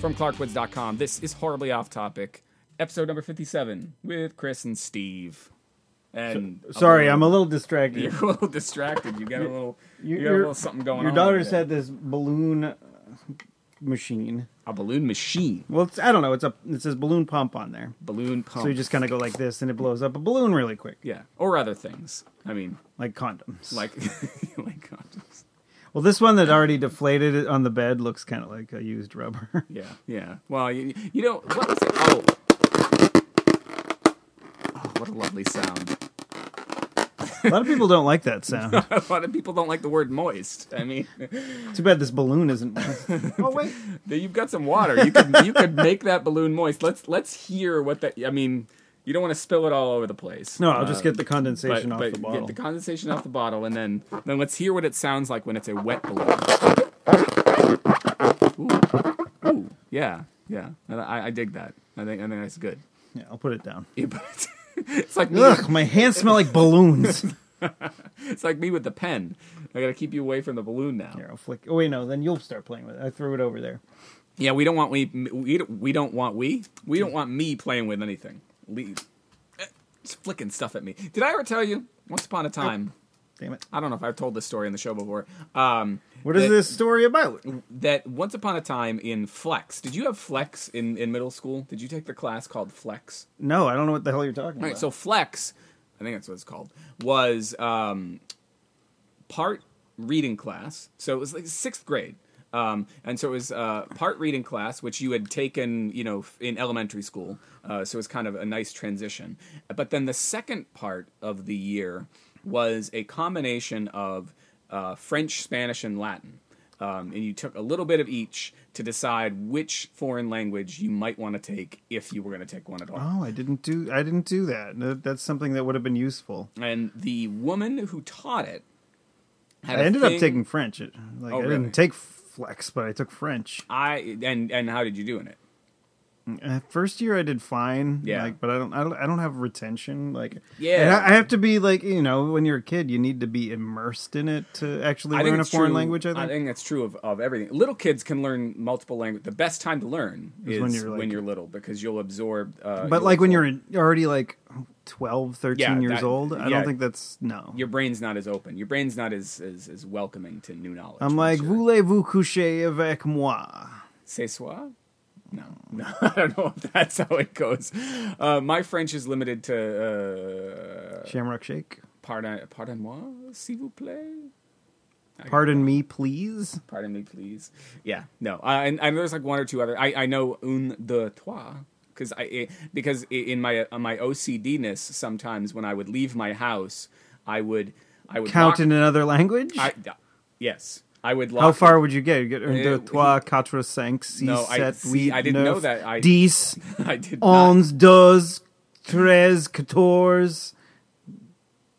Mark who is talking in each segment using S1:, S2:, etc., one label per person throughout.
S1: from clarkwoods.com. This is horribly off topic. Episode number 57 with Chris and Steve. And
S2: Sorry, I'm a little distracted.
S1: You're a little distracted. You got a little, you
S2: Your-
S1: got a
S2: your-
S1: little something going
S2: Your
S1: on.
S2: daughter's
S1: over there.
S2: had this balloon uh, machine.
S1: a balloon machine,
S2: Well, it's, I don't know. It's a it says balloon pump on there,
S1: balloon pump.
S2: so you just kind of go like this, and it blows up a balloon really quick,
S1: yeah, or other things. I mean,
S2: like condoms.
S1: like like condoms.
S2: well, this one that already deflated it on the bed looks kind of like a used rubber.
S1: Yeah, yeah. Well, you, you know what was it? Oh. oh, what a lovely sound.
S2: a lot of people don't like that sound.
S1: A lot of people don't like the word moist. I mean,
S2: Too bad this balloon isn't. oh wait,
S1: you've got some water. You could you could make that balloon moist. Let's let's hear what that. I mean, you don't want to spill it all over the place.
S2: no, I'll just
S1: Uh,
S2: get the
S1: but-
S2: condensation off
S1: but
S2: the
S1: get
S2: bottle.
S1: the condensation off the bottle, and then then let's hear what it sounds like when it's a wet balloon. Ooh, Ooh. yeah, yeah. I, I- I dig that. I think I think that's good.
S2: yeah, I'll put it down.
S1: Yeah, but it's- it's like me,
S2: Ugh, my hands smell like balloons.
S1: it's like me with the pen. I gotta keep you away from the balloon now.
S2: Here, I'll flick. Oh wait, no, then you'll start playing with it. I threw it over there.
S1: Yeah, we don't want we we don't- we don't want we we don't want me playing with anything. Leave. Eh, It's flicking stuff at me. Did I ever tell you once upon a time?
S2: Damn it!
S1: I don't know if I've told this story on the show before. Um,
S2: What is
S1: that-
S2: this story about?
S1: That once upon a time in Flex. Did you have Flex in in middle school? Did you take the class called Flex?
S2: No, I don't know what the hell you're talking
S1: All
S2: about.
S1: right, so Flex, I think that's what it's called, was um, part reading class. So it was like sixth grade. Um, and so it was uh, part reading class, which you had taken, you know, f- in elementary school. Uh, so it was kind of a nice transition. But then the second part of the year was a combination of uh, French, Spanish, and Latin. Um, and you took a little bit of each to decide which foreign language you might want to take if you were going to take one at all.
S2: Oh, I didn't do I didn't do that. No, That's something that would have been useful.
S1: and the woman who taught it had
S2: I
S1: a
S2: ended
S1: thing-
S2: up taking French. It- Like
S1: Oh,
S2: I
S1: really?
S2: didn't take flex, but I took French.
S1: I and and how did you do in it?
S2: Uh, First year I did fine.
S1: Yeah.
S2: Like, but I don't I don't I don't have retention. Like
S1: Yeah.
S2: and I, I have to be like you know when you're a kid you need to be immersed in it to actually
S1: I
S2: learn a
S1: it's
S2: foreign
S1: true-
S2: language. I think.
S1: that's true of, of everything. Little kids can learn multiple language. The best time to learn is, when, you're
S2: like-
S1: little because you'll absorb. Uh,
S2: but
S1: you'll
S2: like
S1: absorb-
S2: when you're in- already like 12, 13
S1: Yeah,
S2: years
S1: that-
S2: old, I
S1: yeah.
S2: don't think that's no.
S1: your brain's not as open. Your brain's not as as, as welcoming to Uh, new knowledge.
S2: I'm like
S1: sure.
S2: voulez-vous coucher avec moi?
S1: C'est soi? No, no, I don't know if that's how it goes. Uh, my French is limited to uh,
S2: Shamrock Shake.
S1: pardon, pardon moi, s'il vous plaît.
S2: Pardon me, please.
S1: Pardon me, please. Yeah, no. Uh, and, and there's like one or two other. I, I know un deux trois because I it, because i- in my uh, my OCD ness sometimes when I would leave my house, I would I would lock,
S2: Count in another language.
S1: I, uh, yes, I would lock.
S2: How far would you get? You get un,
S1: Uh,
S2: deux,
S1: he-
S2: trois, quatre, cinq, six,
S1: No, I-
S2: sept,
S1: see,
S2: huit,
S1: I didn't
S2: neuf,
S1: know that. I-
S2: dix,
S1: I did not.
S2: onze, douze, treize, quatorze.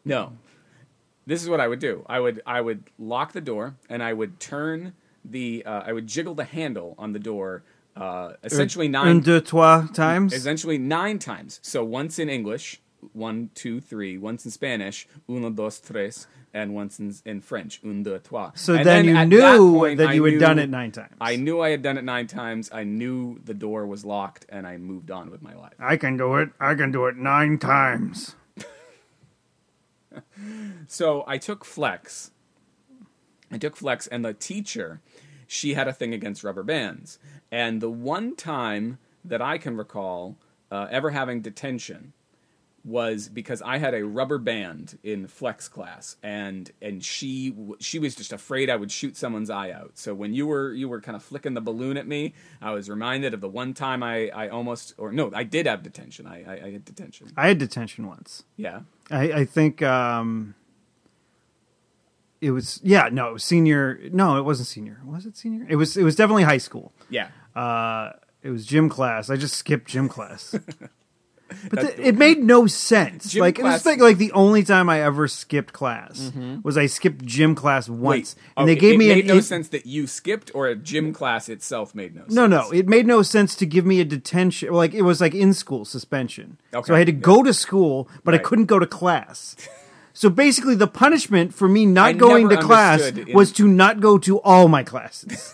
S1: No. This is what I would do. I would I would lock the door and I would turn the uh, I would jiggle the handle on the door uh, essentially nine
S2: Un, deux, trois times.
S1: essentially nine times. So once in English, one, two, three. Once in Spanish, uno, dos, tres, and once in, in French, un, deux, trois.
S2: So
S1: And
S2: then, you
S1: at
S2: knew that,
S1: point, I
S2: you had
S1: knew-
S2: done it nine times.
S1: I knew I had done it nine times. I knew the door was locked, and I moved on with my life.
S2: I can do it. I can do it nine times.
S1: So I took flex. I took flex, and the teacher, she had a thing against rubber bands. And the one time that I can recall uh, ever having detention was because I had a rubber band in flex class, and and she w- she was just afraid I would shoot someone's eye out. So when you were you were kind of flicking the balloon at me, I was reminded of the one time I I almost or no I did have detention. I I, I had detention.
S2: I had detention once.
S1: Yeah.
S2: I, I think um, it was yeah no it was senior no it wasn't senior was it senior it was it was definitely high school
S1: Yeah.
S2: uh, it was gym class I just skipped gym class but
S1: That-
S2: the, it made no sense
S1: Gym
S2: like
S1: class- Mm-hmm.
S2: it was like, like the only time I ever skipped class was I skipped gym class
S1: Wait,
S2: once and
S1: okay,
S2: they gave
S1: it
S2: me
S1: made
S2: an
S1: no
S2: eight-
S1: sense that you skipped or a gym class itself made no sense.
S2: No, no, it made no sense to give me a detention. Like it was like in school suspension.
S1: Okay,
S2: So I had to
S1: yeah.
S2: go to school, but I
S1: Right.
S2: couldn't go to class. So basically, the punishment for me not
S1: I
S2: going
S1: never
S2: to class
S1: understood in-
S2: was to not go to all my classes.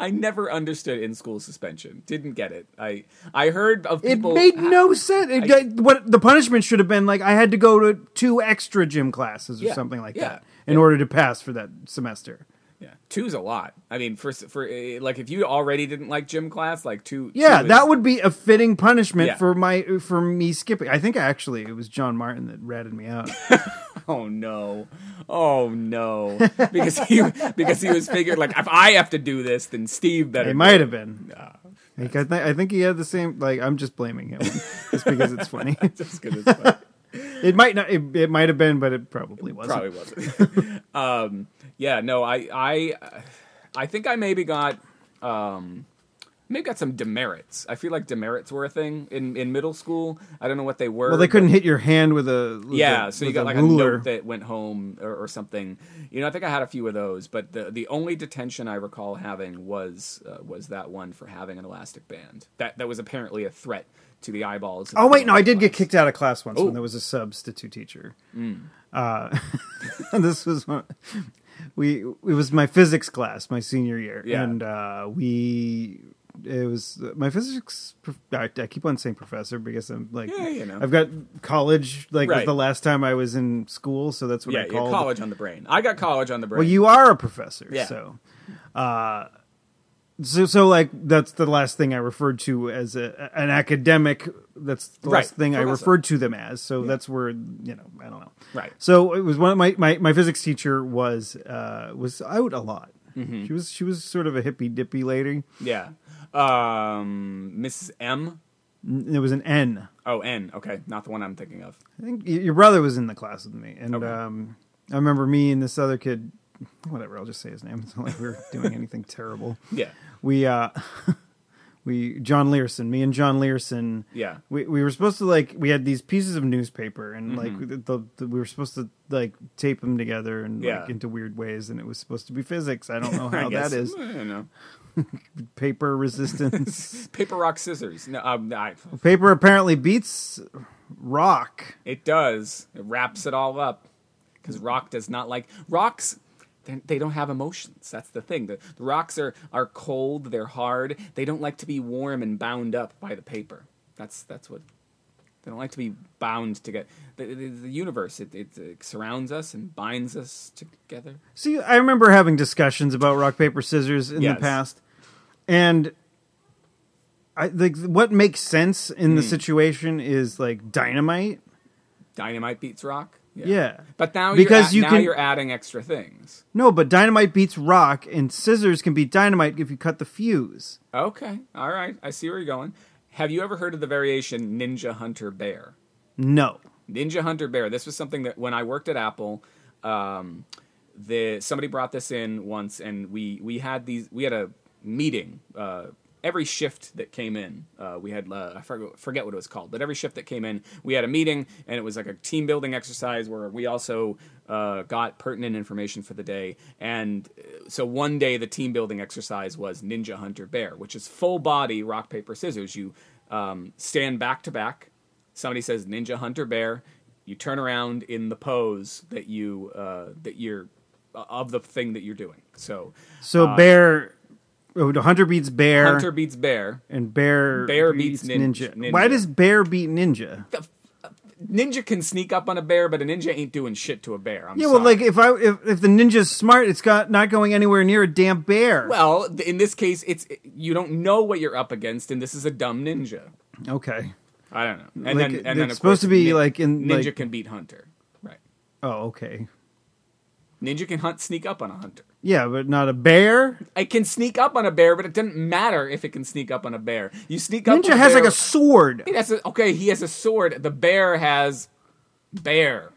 S1: I never understood in school suspension. Didn't get it. I I heard of
S2: It
S1: people.
S2: made no sense. It,
S1: I-
S2: it- what the punishment should have been like I had to go to two extra gym classes or
S1: Yeah,
S2: something like
S1: yeah,
S2: that in order to pass for that semester.
S1: Yeah, two's a lot. I mean, for for uh, like if you already didn't like gym class, like two.
S2: Yeah,
S1: two is-
S2: that would be a fitting punishment
S1: Yeah.
S2: for my for me skipping. I think actually it was John Martin that ratted me out.
S1: Oh no, oh no, because he because he was figured like if I have to do this, then Steve better.
S2: it
S1: do
S2: might have been. Like, I, thi- I think he had the same. Like I'm just blaming him just because it's funny.
S1: Just 'cause it's funny.
S2: it might not. It, it might have been, but it probably wasn't.
S1: Probably wasn't. um, yeah, no, I, I, I think I maybe got, um, maybe got some demerits. I feel like demerits were a thing in, in middle school. I don't know what they were.
S2: Well, they
S1: but-
S2: couldn't hit your hand with a with
S1: yeah,
S2: a-
S1: so you
S2: with
S1: got like
S2: ruler.
S1: a note that went home or, or something. You know, I think I had a few of those, but the the only detention I recall having was uh, was that one for having an elastic band. That that was apparently a threat to the eyeballs. of
S2: Oh
S1: the
S2: wait, no, I did
S1: class.
S2: get kicked out of class once
S1: Oh. Mm.
S2: when there was a substitute teacher. Uh, this was one, we it was my physics class my senior year,
S1: Yeah.
S2: and uh, we it was my physics. prof- I, I keep on saying professor because I'm like
S1: Yeah, you know.
S2: I've got college like was
S1: Right.
S2: the last time I was in school, so that's what
S1: Yeah,
S2: I
S1: yeah,
S2: called.
S1: college on the brain. I got college on the brain.
S2: Well, you are a professor,
S1: Yeah.
S2: so. Uh, so, so like that's the last thing I referred to as a, an academic. That's the
S1: Right,
S2: last thing I
S1: professor.
S2: referred to them as. So that's where you know I don't know.
S1: Right.
S2: So it was one of my my, my physics teacher was uh, was out a lot.
S1: Mm-hmm.
S2: She was she was sort of a hippy dippy lady.
S1: Yeah. Um, Mrs. M.
S2: N- There was an N.
S1: Oh, N. Okay, not the one I'm thinking of.
S2: I think y- your brother was in the class with me, and
S1: Okay.
S2: um, I remember me and this other kid. Whatever, I'll just say his name. It's not like we were doing anything terrible.
S1: Yeah.
S2: we uh we John Learson, me and John Learson.
S1: Yeah.
S2: We we were supposed to like we had these pieces of newspaper and
S1: Mm-hmm.
S2: like the, the, we were supposed to like tape them together and
S1: Yeah.
S2: like into weird ways and it was supposed to be physics. I don't know
S1: I
S2: how that
S1: guess.
S2: is.
S1: I don't know.
S2: Paper resistance.
S1: Paper, rock, scissors. No, um, I,
S2: paper apparently beats rock.
S1: it does. It wraps it all up because rock does not like rocks. they- They don't have emotions. That's the thing. The, the rocks are, are cold. They're hard. They don't like to be warm and bound up by the paper. That's that's what they don't like to be bound together. The, the, the universe it, it, it surrounds us and binds us together.
S2: See, I remember having discussions about rock paper scissors in
S1: Yes.
S2: the past, and I like what makes sense in
S1: Hmm.
S2: the situation is like dynamite.
S1: Dynamite beats rock.
S2: Yeah.
S1: But now
S2: Because
S1: you're
S2: you
S1: you now
S2: can-
S1: you're adding extra things.
S2: No, but dynamite beats rock, and scissors can beat dynamite if you cut the fuse.
S1: Okay, all right, I see where you're going. Have you ever heard of the variation Ninja Hunter Bear?
S2: No.
S1: Ninja Hunter Bear. This was something that when I worked at Apple, um, the somebody brought this in once, and we we had these we had a meeting. Uh, Every shift that came in, uh, we had uh, I forget, forget what it was called, but every shift that came in, we had a meeting, and it was like a team building exercise where we also uh, got pertinent information for the day. And uh, so one day, the team building exercise was Ninja Hunter Bear, which is full body rock paper scissors. You um, stand back to back, somebody says ninja hunter bear you turn around in the pose that you uh, that you're uh, of the thing that you're doing so
S2: So bear, oh, the hunter beats bear,
S1: Uh, hunter beats bear
S2: and bear
S1: Bear beats ninja- ninja.
S2: Why does bear beat ninja?
S1: uh, ninja can sneak up on a bear but a ninja ain't doing shit to a bear I'm
S2: Yeah, well,
S1: sorry.
S2: like if I if, if the ninja's smart, it's got not going anywhere near a damn bear.
S1: well th- in this case it's you don't know what you're up against and this is a dumb ninja
S2: okay.
S1: i don't know and
S2: Like,
S1: then and then
S2: it's
S1: of course,
S2: supposed to be,
S1: nin-
S2: like, in,
S1: ninja
S2: like-
S1: can beat hunter right
S2: Oh, okay.
S1: ninja can hunt sneak up on a hunter
S2: Yeah, but not a bear.
S1: it can sneak up on a bear but it doesn't matter if it can sneak up on a bear you sneak up on
S2: Ninja has
S1: bear,
S2: like a sword.
S1: He has a, okay, he has a sword. The bear has bear.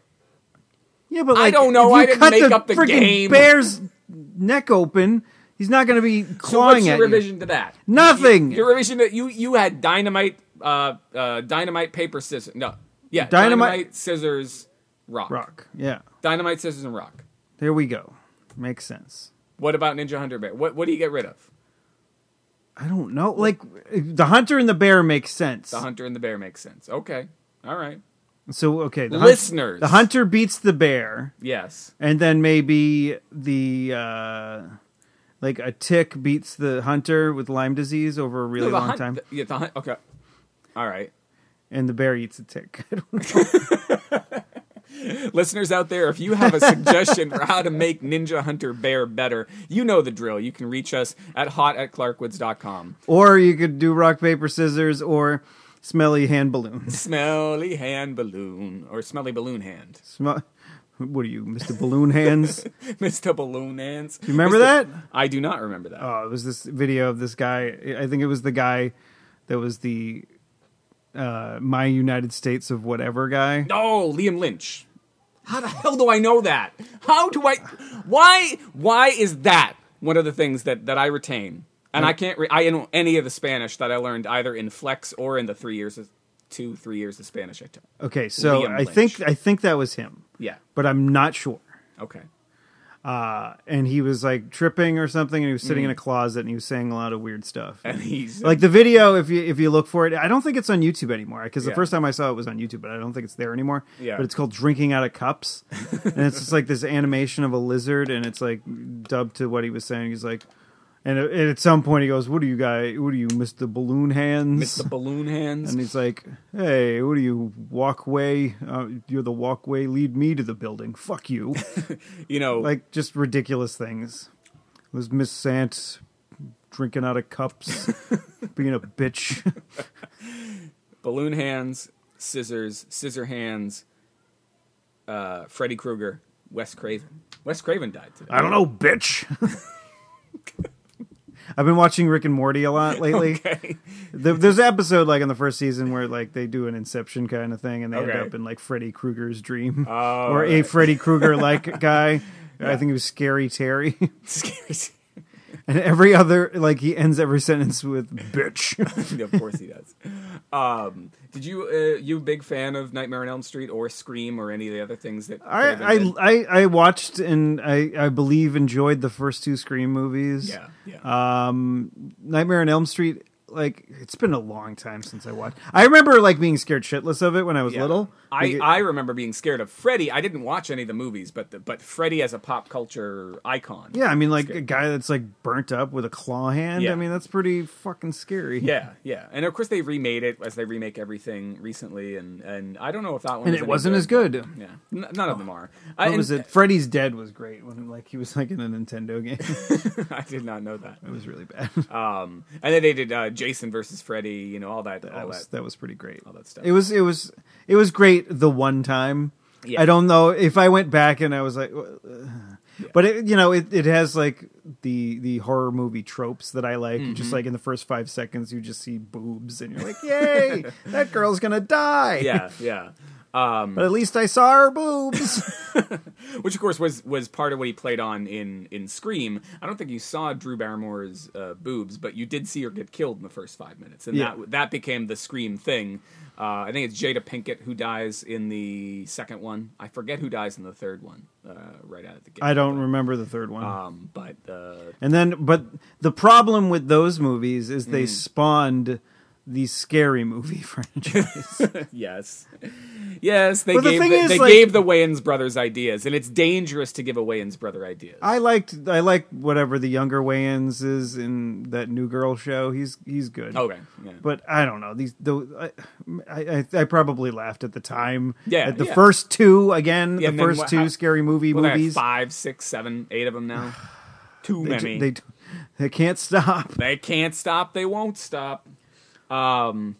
S2: Yeah, but like,
S1: don't know.
S2: If you
S1: I didn't
S2: cut
S1: make
S2: the
S1: up the
S2: freaking
S1: game.
S2: Bear's neck open. He's not going to be
S1: So
S2: clawing
S1: what's your
S2: at you.
S1: revision to that?
S2: Nothing.
S1: You- Your revision to you you had dynamite uh uh dynamite paper scissors. No. Yeah, dynamite,
S2: Dynamite-
S1: scissors rock.
S2: Rock. Yeah.
S1: Dynamite scissors and rock.
S2: There we go. Makes sense.
S1: What about Ninja Hunter Bear? What what do you get rid of?
S2: I don't know. Like the hunter and the bear makes sense.
S1: The hunter and the bear makes sense. Okay. All right.
S2: so okay, the hunt-
S1: Listeners.
S2: the hunter beats the bear,
S1: Yes.
S2: and then maybe the uh, like a tick beats the hunter with Lyme disease over a really
S1: No, the
S2: long
S1: hunt-
S2: time,
S1: the- yeah, the hunt. Okay. All right.
S2: and the bear eats a tick.
S1: Listeners out there, if you have a suggestion for how to make Ninja Hunter Bear better, you know the drill. You can reach us at hot at clarkwoods.com.
S2: or you could do rock paper scissors or smelly hand balloons.
S1: Smelly hand balloon or smelly balloon hand.
S2: Smell. What are you, Mister Balloon Hands?
S1: Mr. Balloon Hands. You
S2: remember that?
S1: I do not remember that.
S2: oh, it was this video of this guy. I think it was the guy that was the uh, my United States of whatever guy.
S1: No, Oh, Liam Lynch. How the hell do I know that? How do I? Why? Why is that one of the things that that I retain? And I can't. Re- I don't know any of the Spanish that I learned either in Flex or in the three years, of, two three years of Spanish I took.
S2: Okay, so
S1: Liam
S2: I
S1: Lynch.
S2: think I think that was him,
S1: Yeah.
S2: but I'm not sure.
S1: Okay.
S2: And he was like tripping or something, and he was sitting
S1: Mm.
S2: in a closet and he was saying a lot of weird stuff.
S1: And he's
S2: like the video, if you if you look for it, I don't think it's on YouTube anymore. Because the
S1: Yeah.
S2: first time I saw it was on YouTube, but I don't think it's there anymore.
S1: Yeah.
S2: But it's called "Drinking Out of Cups," and it's just like this animation of a lizard, and it's like dubbed to what he was saying. He's like, and, it- and at some point he goes, "What are you guy? What are you, Mister Balloon Hands?"
S1: Mr. Balloon Hands.
S2: And he's like, "Hey, what are you walkway? Uh, you're the walkway. Lead me to the building. Fuck you!"
S1: you know,
S2: like just ridiculous things. It was Miss Sant drinking out of cups, being a bitch.
S1: Balloon Hands, Scissors, Scissor Hands, uh, Freddy Krueger, Wes Craven. Wes Craven died today.
S2: I don't know, bitch. I've been watching Rick and Morty a lot lately.
S1: Okay.
S2: There- There's an episode like in the first season where like they do an Inception kind of thing, and they
S1: Okay.
S2: end up in like Freddy Krueger's dream
S1: Oh,
S2: or a
S1: right.
S2: Freddy Krueger like guy. I think it was Scary Terry,
S1: Scary.
S2: and every other like he ends every sentence with "bitch."
S1: of course he does. Um, did you uh, you a big fan of Nightmare on Elm Street or Scream or any of the other things that Craven
S2: I, I
S1: did?
S2: I I watched and I I believe enjoyed the first two Scream movies.
S1: yeah yeah
S2: uh, Nightmare on Elm Street, like it's been a long time since I watched. I remember like being scared shitless of it when I was
S1: yeah.
S2: little.
S1: I,
S2: Like, it-
S1: I remember being scared of Freddy. I didn't watch any of the movies, but the, but Freddy as a pop culture icon.
S2: yeah, I mean like a guy that's like burnt up with a claw hand.
S1: Yeah.
S2: I mean that's pretty fucking scary.
S1: yeah, yeah. And of course they remade it as they remake everything recently, and and I don't know if that one
S2: And
S1: was
S2: it
S1: any
S2: wasn't as good. Oh.
S1: Yeah, N- none of them are. I,
S2: What
S1: and- uh,
S2: was it? Freddy's Dead was great when like he was like in a Nintendo game. it
S1: I did not know that.
S2: was really bad.
S1: Um, and then they did uh, Jason versus Freddy. You know all that. all
S2: that was
S1: that.
S2: that was pretty great. All
S1: that stuff.
S2: It was it was it was great the one time.
S1: Yeah.
S2: I don't know if I went back and I was like, "Ugh." but it, you know, it, it has like the the horror movie tropes that I like.
S1: Mm-hmm.
S2: Just like in the first five seconds, you just see boobs and you're like, "Yay, that girl's gonna die!"
S1: Yeah, yeah.
S2: But at least I saw her boobs.
S1: which of course was was part of what he played on in in Scream. I don't think you saw Drew Barrymore's uh, boobs, but you did see her get killed in the first five minutes, and
S2: Yeah.
S1: that that became the Scream thing. Uh, I think it's Jada Pinkett who dies in the second one. I forget who dies in the third one, uh, right out of the gate.
S2: I don't remember the third one.
S1: Um, but uh,
S2: And then, but the problem with those movies is
S1: Mm.
S2: they spawned the scary movie franchise.
S1: yes, yes, they
S2: Well, the
S1: gave
S2: thing
S1: the,
S2: is,
S1: they
S2: like-
S1: gave the Wayans brothers ideas, and it's dangerous to give a Wayans brother ideas.
S2: I liked I liked whatever the younger Wayans is in that New Girl show. He's he's good.
S1: okay, yeah.
S2: But I don't know these. The, I, I I probably laughed at the time.
S1: Yeah,
S2: at the
S1: yeah.
S2: first two again.
S1: Yeah, and
S2: the
S1: then
S2: first
S1: what-
S2: two
S1: how-
S2: scary movie
S1: Well, there are
S2: movies.
S1: five, six, seven, eight of them now. Too
S2: They,
S1: many.
S2: ju- they they can't stop.
S1: They can't stop. They won't stop. Um,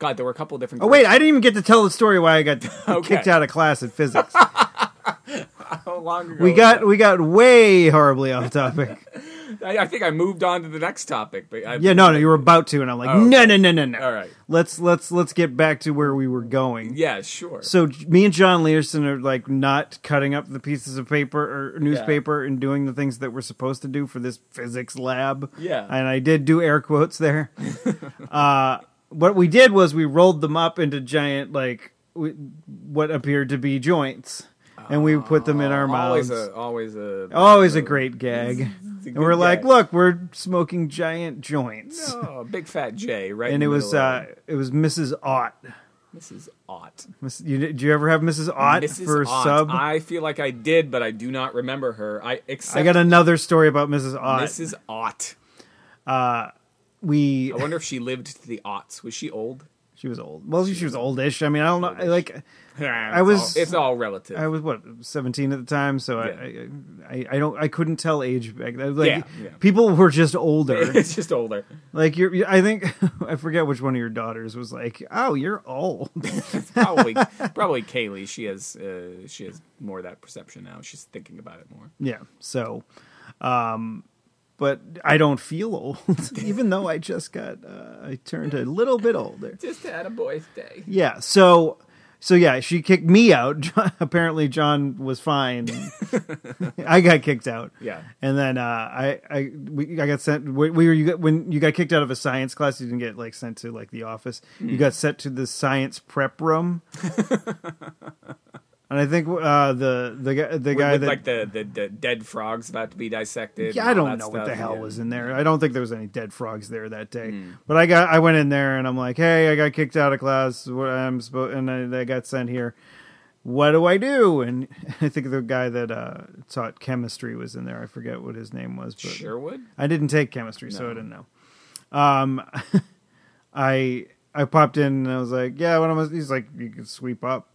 S1: God, there were a couple of different.
S2: Oh wait, I didn't even get to tell the story why I got
S1: Okay.
S2: kicked out of class in physics.
S1: How long ago
S2: we
S1: was
S2: got we got way horribly off topic.
S1: that? I, I think I moved on to the next topic, but I,
S2: Yeah, no, no, you were about to, and I'm like,
S1: okay.
S2: no, no, no, no, no.
S1: Oh. All right.
S2: let's let's let's get back to where we were going.
S1: yeah, sure.
S2: So J- me and John Learson are like not cutting up the pieces of paper or newspaper and doing the things that we're supposed to do for this physics lab.
S1: Yeah.
S2: and I did do air quotes there. uh, what we did was we rolled them up into giant like w- what appeared to be joints, and we put them in our
S1: Oh, Uh, always
S2: mouths.
S1: a always a
S2: Always a great gag.
S1: It's a
S2: And
S1: good
S2: we're like,
S1: gag.
S2: look, we're smoking giant joints.
S1: oh, big fat J, right?
S2: And it
S1: in the
S2: was
S1: middle of
S2: uh, it was Mrs. Ott
S1: Mrs. Ott.
S2: Miss- You, did you ever have Mrs. Ott
S1: Mrs.
S2: for
S1: Ott.
S2: sub? I,
S1: I feel like I did, but I do not remember her. I except
S2: got another story about Mrs. Ott.
S1: Mrs. Ott.
S2: we
S1: I wonder if she lived to the aughts. Was she old?
S2: she was old. Well, she was oldish. I mean, I don't know. I, like
S1: I
S2: was-
S1: it's all relative.
S2: I was what seventeen at the time, so
S1: Yeah.
S2: I, I I don't I couldn't tell age back. then. Like
S1: Yeah, yeah.
S2: people were just older.
S1: it's just older.
S2: Like you're, I think I forget which one of your daughters was like, "Oh, you're old."
S1: Probably, probably Kaylee. She has, uh, she has more of that perception now. She's thinking about it more.
S2: yeah. So, um, but I don't feel old, even though I just got uh, I turned a little bit older.
S1: Just had a boy's day.
S2: Yeah. So, so yeah, she kicked me out. John, apparently, John was fine. I got kicked out.
S1: Yeah.
S2: And then uh, I I we, I got sent. We, we were you got, when you got kicked out of a science class, you didn't get like sent to like the office.
S1: Mm.
S2: You got sent to the science prep room. and I think uh, the the guy the guy
S1: With,
S2: that.
S1: like the, the the dead frogs about to be dissected.
S2: yeah,
S1: and
S2: I
S1: all that
S2: don't know what
S1: stuff.
S2: the hell
S1: Yeah. Hmm.
S2: was in there. I don't think there was any dead frogs there that day. But I got I went in there and I'm like, hey, I got kicked out of class. What I'm supposed and I, I got sent here. What do I do? And I think the guy that uh, taught chemistry was in there. I forget what his name was. But
S1: Sherwood.
S2: I didn't take chemistry, so I didn't know. Um, I I popped in and I was like, "Yeah, what am I?" He's like, "You can sweep up."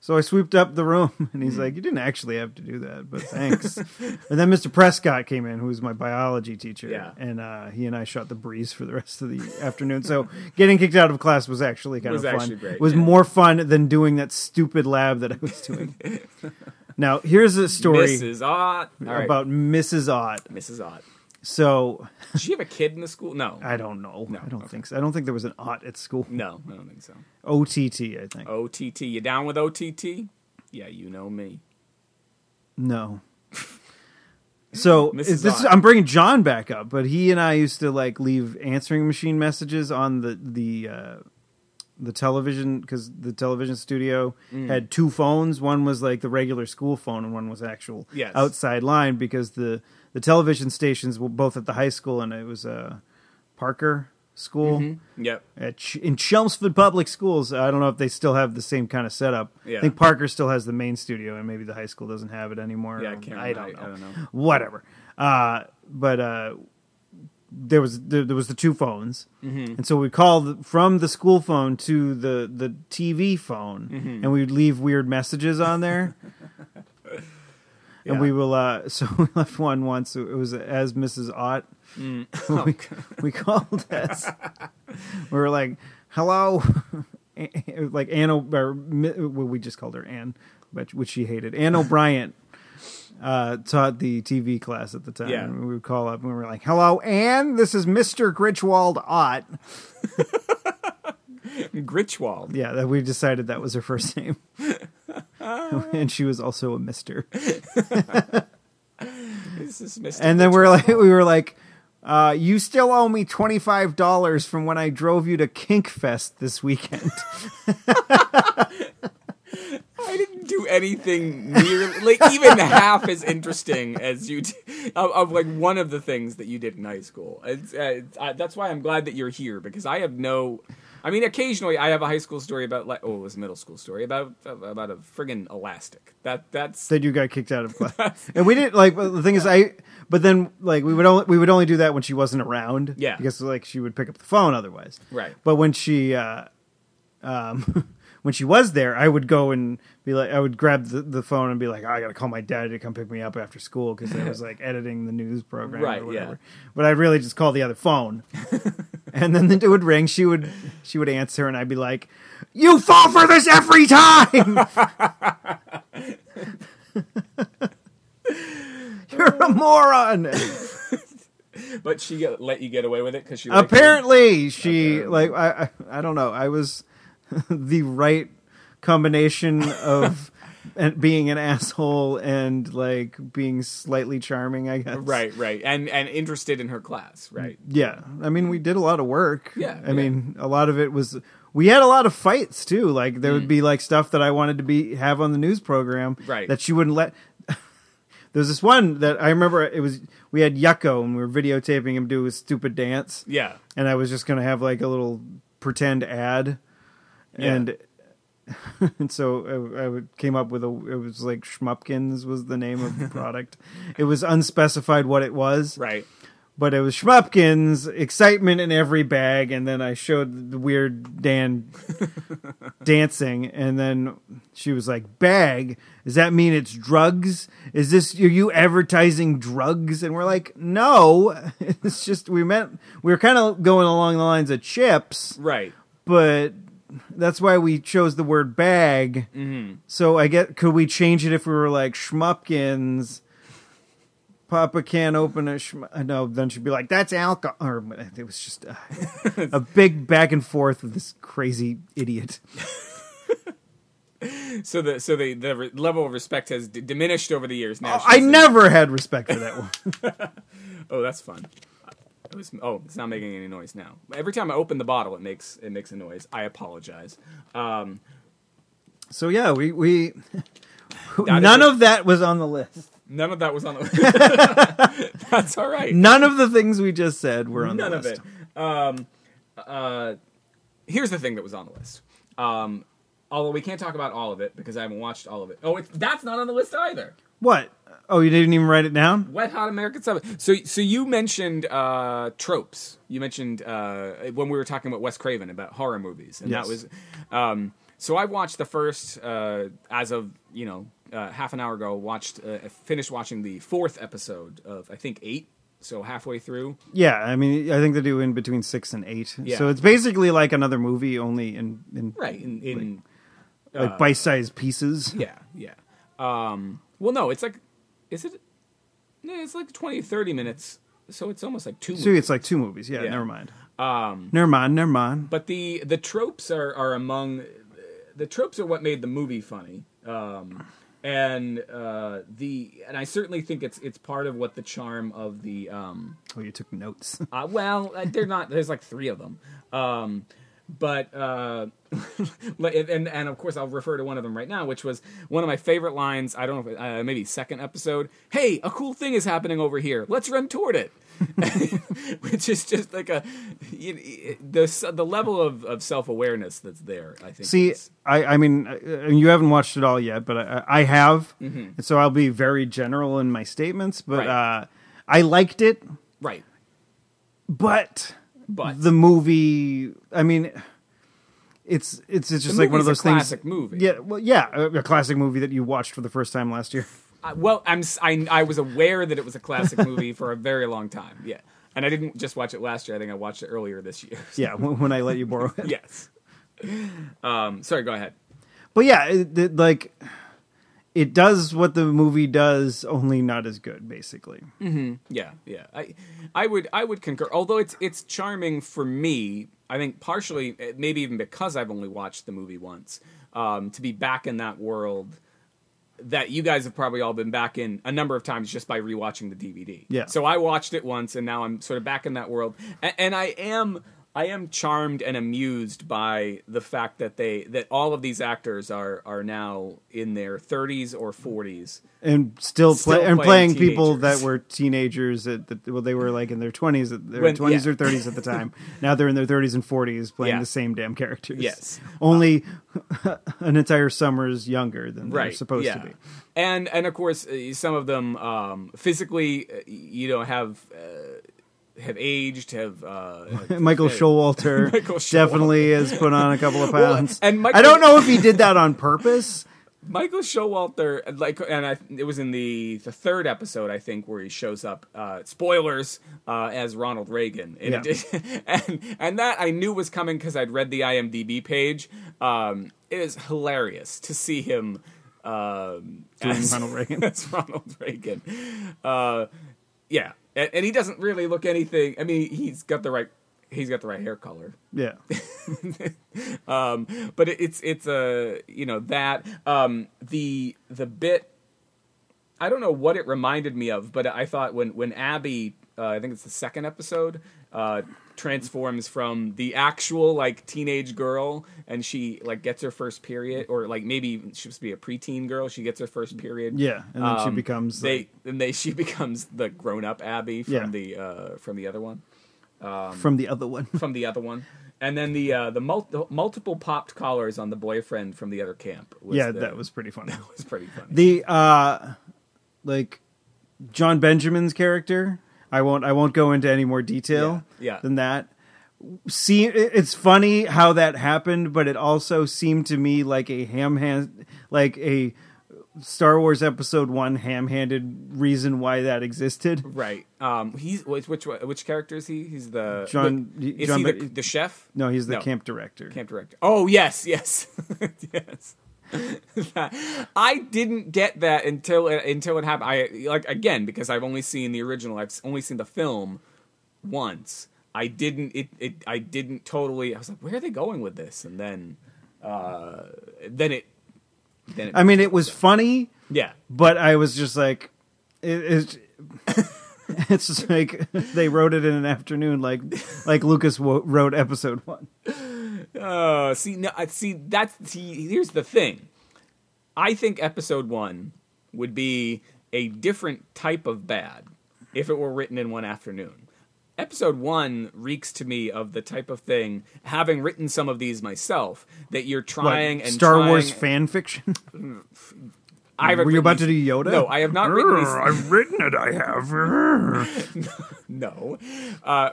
S2: So I sweeped up the room, and he's
S1: Hmm.
S2: like, "You didn't actually have to do that, but thanks." and then Mr. Prescott came in, who was my biology teacher,
S1: Yeah.
S2: and uh, he and I shot the breeze for the rest of the afternoon. So getting kicked out of class was actually kind
S1: Was
S2: of fun.
S1: actually great,
S2: it was
S1: yeah.
S2: more fun than doing that stupid lab that I was doing. now here's a story
S1: Mrs. Ott. All right.
S2: about Mrs. Ott.
S1: Mrs. Ott.
S2: So
S1: Did she have a kid in the school? No.
S2: I don't know.
S1: No,
S2: I don't
S1: okay.
S2: think so. I don't think there was an ot at school.
S1: no, I don't think so.
S2: OTT, I
S1: Oh.
S2: think.
S1: OTT. You down with OTT? Yeah, you know me.
S2: No. So
S1: Mrs.
S2: is this,
S1: Ott.
S2: I'm bringing John back up, but he and I used to like leave answering machine messages on the the uh, the television because the television studio
S1: Mm.
S2: had two phones. One was like the regular school phone, and one was actual
S1: Yes.
S2: outside line because the the television stations were both at the high school, and it was uh, Parker School.
S1: Mm-hmm. Yep.
S2: at Ch- in Chelmsford Public Schools. I don't know if they still have the same kind of setup.
S1: Yeah.
S2: I think Parker still has the main studio, and maybe the high school doesn't have it anymore.
S1: Yeah, I can't.
S2: Um, I don't know.
S1: I don't know.
S2: Whatever. Uh, but uh, there was there, there was the two phones,
S1: Mm-hmm.
S2: and so we called from the school phone to the the TV phone,
S1: Mm-hmm.
S2: and we'd leave weird messages on there.
S1: Yeah.
S2: And we will. Uh, so we left one once. It was as Mrs. Ott.
S1: Mm.
S2: we,
S1: Oh,
S2: we called as we were like, "Hello," like Anne. O- or, Mi- well, we just called her Anne, but which she hated. Anne O'Brien uh, taught the TV class at the time.
S1: Yeah.
S2: And we would call up and we were like, "Hello, Anne. This is Mister Gritchwald Ott."
S1: Gritchwald.
S2: Yeah, that we decided that was her first name, and she was also a Mister.
S1: This is Mr.
S2: And then we're like, we were like, uh, you still owe me twenty five dollars from when I drove you to Kinkfest this weekend.
S1: I didn't do anything nearly, like even half as interesting as you, did, of, of like one of the things that you did in high school. It's, uh, it's, uh, that's why I'm glad that you're here because I have no. I mean, occasionally I have a high school story about like oh, it was a middle school story about uh, about a friggin' elastic. That that's
S2: that you got kicked out of class, and we didn't like. but The thing is, I. But then, like, we would only we would only do that when she wasn't around.
S1: Yeah.
S2: because like she would pick up the phone otherwise.
S1: Right.
S2: But when she, uh, um, when she was there, I would go and be like, I would grab the, the phone and be like, "Oh, I gotta call my daddy to come pick me up after school because I was like editing the news program
S1: Right,
S2: or
S1: yeah.
S2: whatever. But I'd really just call the other phone. and then it would ring. She would she would answer, and I'd be like, "You fall for this every time. You're a moron."
S1: but she got- let you get away with it because she liked you?
S2: Apparently, she like I, I I don't know. I was the right combination of and being an asshole and like being slightly charming. I guess
S1: right right and and interested in her class right
S2: Yeah, I mean, we did a lot of work.
S1: Yeah,
S2: I
S1: yeah.
S2: mean, a lot of it was. We had a lot of fights too. Like there would be like stuff that I wanted to be have on the news program,
S1: Mm. Right.
S2: That she wouldn't let. There's this one that I remember. It was we had Yucko and we were videotaping him do his stupid dance,
S1: yeah
S2: and I was just gonna have like a little pretend ad,
S1: Yeah.
S2: and and so I, I would- came up with a. It was like Schmupkins was the name of the product. it was unspecified what it was,
S1: Right.
S2: but it was Schmupkins, excitement in every bag, and then I showed the weird Dan dancing, and then she was like, "Bag? Does that mean it's drugs? Is this are you advertising drugs?" And we're like, "No, it's just we meant we were kind of going along the lines of chips,
S1: Right.
S2: but." That's why we chose the word bag.
S1: Mm-hmm.
S2: So I get could we change it if we were like schmupkins? Papa can't open a schm. uh, No, then she'd be like, "That's alcohol." Or it was just uh, a big back and forth with this crazy idiot.
S1: So the so the the re- level of respect has d- diminished over the years. Now
S2: I
S1: she's in-
S2: never had respect for that one.
S1: Oh, that's fun. It was, oh, it's not making any noise now. Every time I open the bottle, it makes it makes a noise. I apologize. Um,
S2: So yeah, we we
S1: That is
S2: none
S1: a-
S2: of that was on the list.
S1: none of that was on the. that's all right.
S2: None of the things we just said were on
S1: None
S2: the
S1: of
S2: list.
S1: it. Um, uh, here's the thing that was on the list. Um, although we can't talk about all of it because I haven't watched all of it. Oh, it's, that's not on the list either.
S2: What? Oh, you didn't even write it down.
S1: Wet Hot American Summer. So, so you mentioned uh, tropes. You mentioned uh, when we were talking about Wes Craven about horror movies, and that
S2: Yes.
S1: was. Um, so I watched the first uh, as of you know uh, half an hour ago. Watched uh, finished watching the fourth episode of I think eight. So halfway through,
S2: Yeah, I mean, I think they do in between six and eight.
S1: Yeah.
S2: So it's basically like another movie, only in in
S1: right in, in
S2: like bite-sized pieces.
S1: Yeah, yeah. Um, well, no, it's like, is it? No, it's like 20, 30 minutes. So it's almost like two.
S2: So
S1: Movies.
S2: it's like two movies. Yeah,
S1: Yeah.
S2: never mind. Um, never mind. Never mind.
S1: But the the tropes are are among the tropes are what made the movie funny. Um, and uh, the and I certainly think it's it's part of what the charm of the um,
S2: Oh, you took notes.
S1: Uh, well, uh, they're not. There's like three of them. Um, but uh, like- and and of course I'll refer to one of them right now, which was one of my favorite lines. I don't know, if, uh, maybe second episode. Hey, a cool thing is happening over here. Let's run toward it. which is just like a you- the the level of, of self awareness that's there. I think.
S2: See,
S1: is-
S2: I, I mean, uh, you haven't watched it all yet, but I, I have, and so I'll be very general in my statements. But
S1: Mm-hmm. Right.
S2: uh, I liked it,
S1: right,
S2: but
S1: but
S2: the movie. I mean, it's it's, it's just
S1: The
S2: like one of
S1: movie's
S2: those
S1: a
S2: things.
S1: classic movie.
S2: Yeah, well, yeah, a, a classic movie that you watched for the first time last year.
S1: I, Uh, well, I'm s- I, I was aware that it was a classic movie for a very long time. Yeah, and I didn't just watch it last year. I think I watched it earlier this year.
S2: Yeah, when, when I let you borrow it.
S1: yes. Um, sorry, go ahead.
S2: But yeah, it, it, like it does what the movie does, only not as good, basically.
S1: Yeah, yeah. I, I would, I would concur. Although it's, it's charming for me. I think partially, eh, maybe even because I've only watched the movie once, um, to be back in that world that you guys have probably all been back in a number of times just by rewatching the DVD.
S2: Yeah.
S1: So I watched it once, and now I'm sort of back in that world, and, and I am. I am charmed and amused by the fact that they that all of these actors are are now in their 30s or 40s.
S2: and still,
S1: Still
S2: play, and
S1: playing
S2: playing people
S1: teenagers.
S2: that were teenagers at the, well they were like in their 20s at their
S1: When-
S2: 20s
S1: yeah.
S2: or 30s at the time now they're in their 30s and 40s playing
S1: Yeah.
S2: the same damn characters
S1: Yes. Uh,
S2: only an entire summer's younger than they're supposed to be
S1: And and of course, uh, some of them um, physically, uh, you know, have uh, have aged, have uh,
S2: Michael
S1: uh,
S2: Showalter
S1: Michael Showalter.
S2: definitely has put on a couple of
S1: Well,
S2: pounds.
S1: and Michael-
S2: I don't know if he did that on purpose.
S1: Michael Showalter, like, and I, it was in the the third episode, I think, where he shows up. Uh, spoilers uh, as Ronald Reagan, in
S2: Yeah.
S1: addition- and and that I knew was coming because I'd read the IMDb page. Um, it is hilarious to see him. Um,
S2: Doing
S1: as-
S2: Ronald Reagan.
S1: That's Ronald Reagan. Uh, yeah, and, and he doesn't really look anything. I mean, he's got the right he's got the right hair color
S2: Yeah,
S1: um, but it, it's it's a you know that um, the the bit I don't know what it reminded me of, but I thought when when Abby uh, I think it's the second episode uh, transforms from the actual like teenage girl and she like gets her first period or like maybe she was to be a preteen girl she gets her first period
S2: yeah, and then she
S1: Um,
S2: becomes like,
S1: they and they she becomes the grown up Abby from
S2: Yeah.
S1: the uh, from the other one
S2: from the other one.
S1: from the other one, and then the uh, the mul- the multiple popped collars on the boyfriend from the other camp. Was
S2: yeah,
S1: the-
S2: that was pretty funny.
S1: was pretty funny.
S2: the uh like John Benjamin's character. I won't I won't go into any more detail
S1: Yeah, yeah.
S2: than that. See it- it's funny how that happened, but it also seemed to me like a ham hand like a Star Wars episode 1 ham-handed reason why that existed.
S1: right. Um. He's which which which character is he? He's the
S2: John-
S1: Is
S2: John-
S1: he the, the chef?
S2: No, he's the camp director.
S1: camp director. Oh yes, yes, yes. I didn't get that until it, until it happened. I like again because I've only seen the original. I've only seen the film once. I didn't. It. it I didn't totally. I was like, where are they going with this? And then, uh, then it. Then it,
S2: I mean, it was funny,
S1: yeah.
S2: but I was just like, it, it's it's just like they wrote it in an afternoon, like like Lucas wo- wrote episode one.
S1: Uh, see, no, I see. That's see. Here's the thing. I think episode one would be a different type of bad if it were written in one afternoon. Episode one reeks to me of the type of thing, having written some of these myself, that you're trying
S2: Like
S1: and
S2: Star Wars
S1: trying-
S2: fan fiction.
S1: I haven't
S2: Were you
S1: written
S2: about to do
S1: these-
S2: Yoda?
S1: No, I have not written these.
S2: I've written it. I have.
S1: no uh,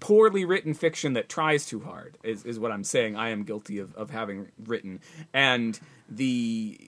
S1: poorly written fiction that tries too hard is, is what i'm saying i am guilty of, of having written and the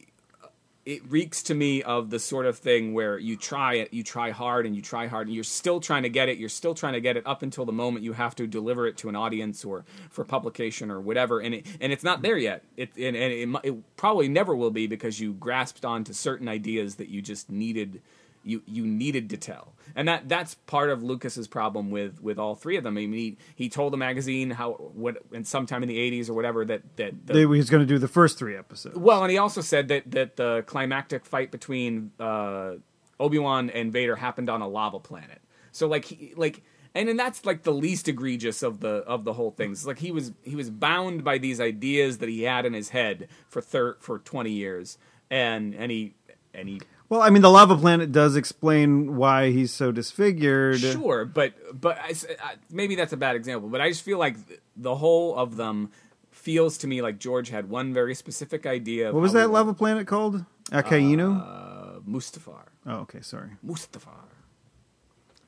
S1: it reeks to me of the sort of thing where you try it you try hard and you try hard and you're still trying to get it you're still trying to get it up until the moment you have to deliver it to an audience or for publication or whatever and it and it's not there yet it and, and it, mu- it probably never will be because you grasped onto certain ideas that you just needed you you needed to tell and that that's part of lucas's problem with with all three of them i mean he, he told the magazine how what and sometime in the 80s or whatever that that the,
S2: They, he's going to do the first three episodes.
S1: well, and he also said that that the climactic fight between uh, Obi Wan and Vader happened on a lava planet. So like he, like and then that's like the least egregious of the of the whole thing. It's like he was he was bound by these ideas that he had in his head for thir- for twenty years, and and he and he
S2: Well, I mean, the lava planet does explain why he's so disfigured.
S1: Sure, but but I s I maybe that's a bad example. But I just feel like th- the whole of them feels to me like George had one very specific idea. Of
S2: What was
S1: how
S2: that
S1: he-
S2: lava planet called? Akainu.
S1: Uh, Mustafar.
S2: oh, okay, sorry.
S1: Mustafar.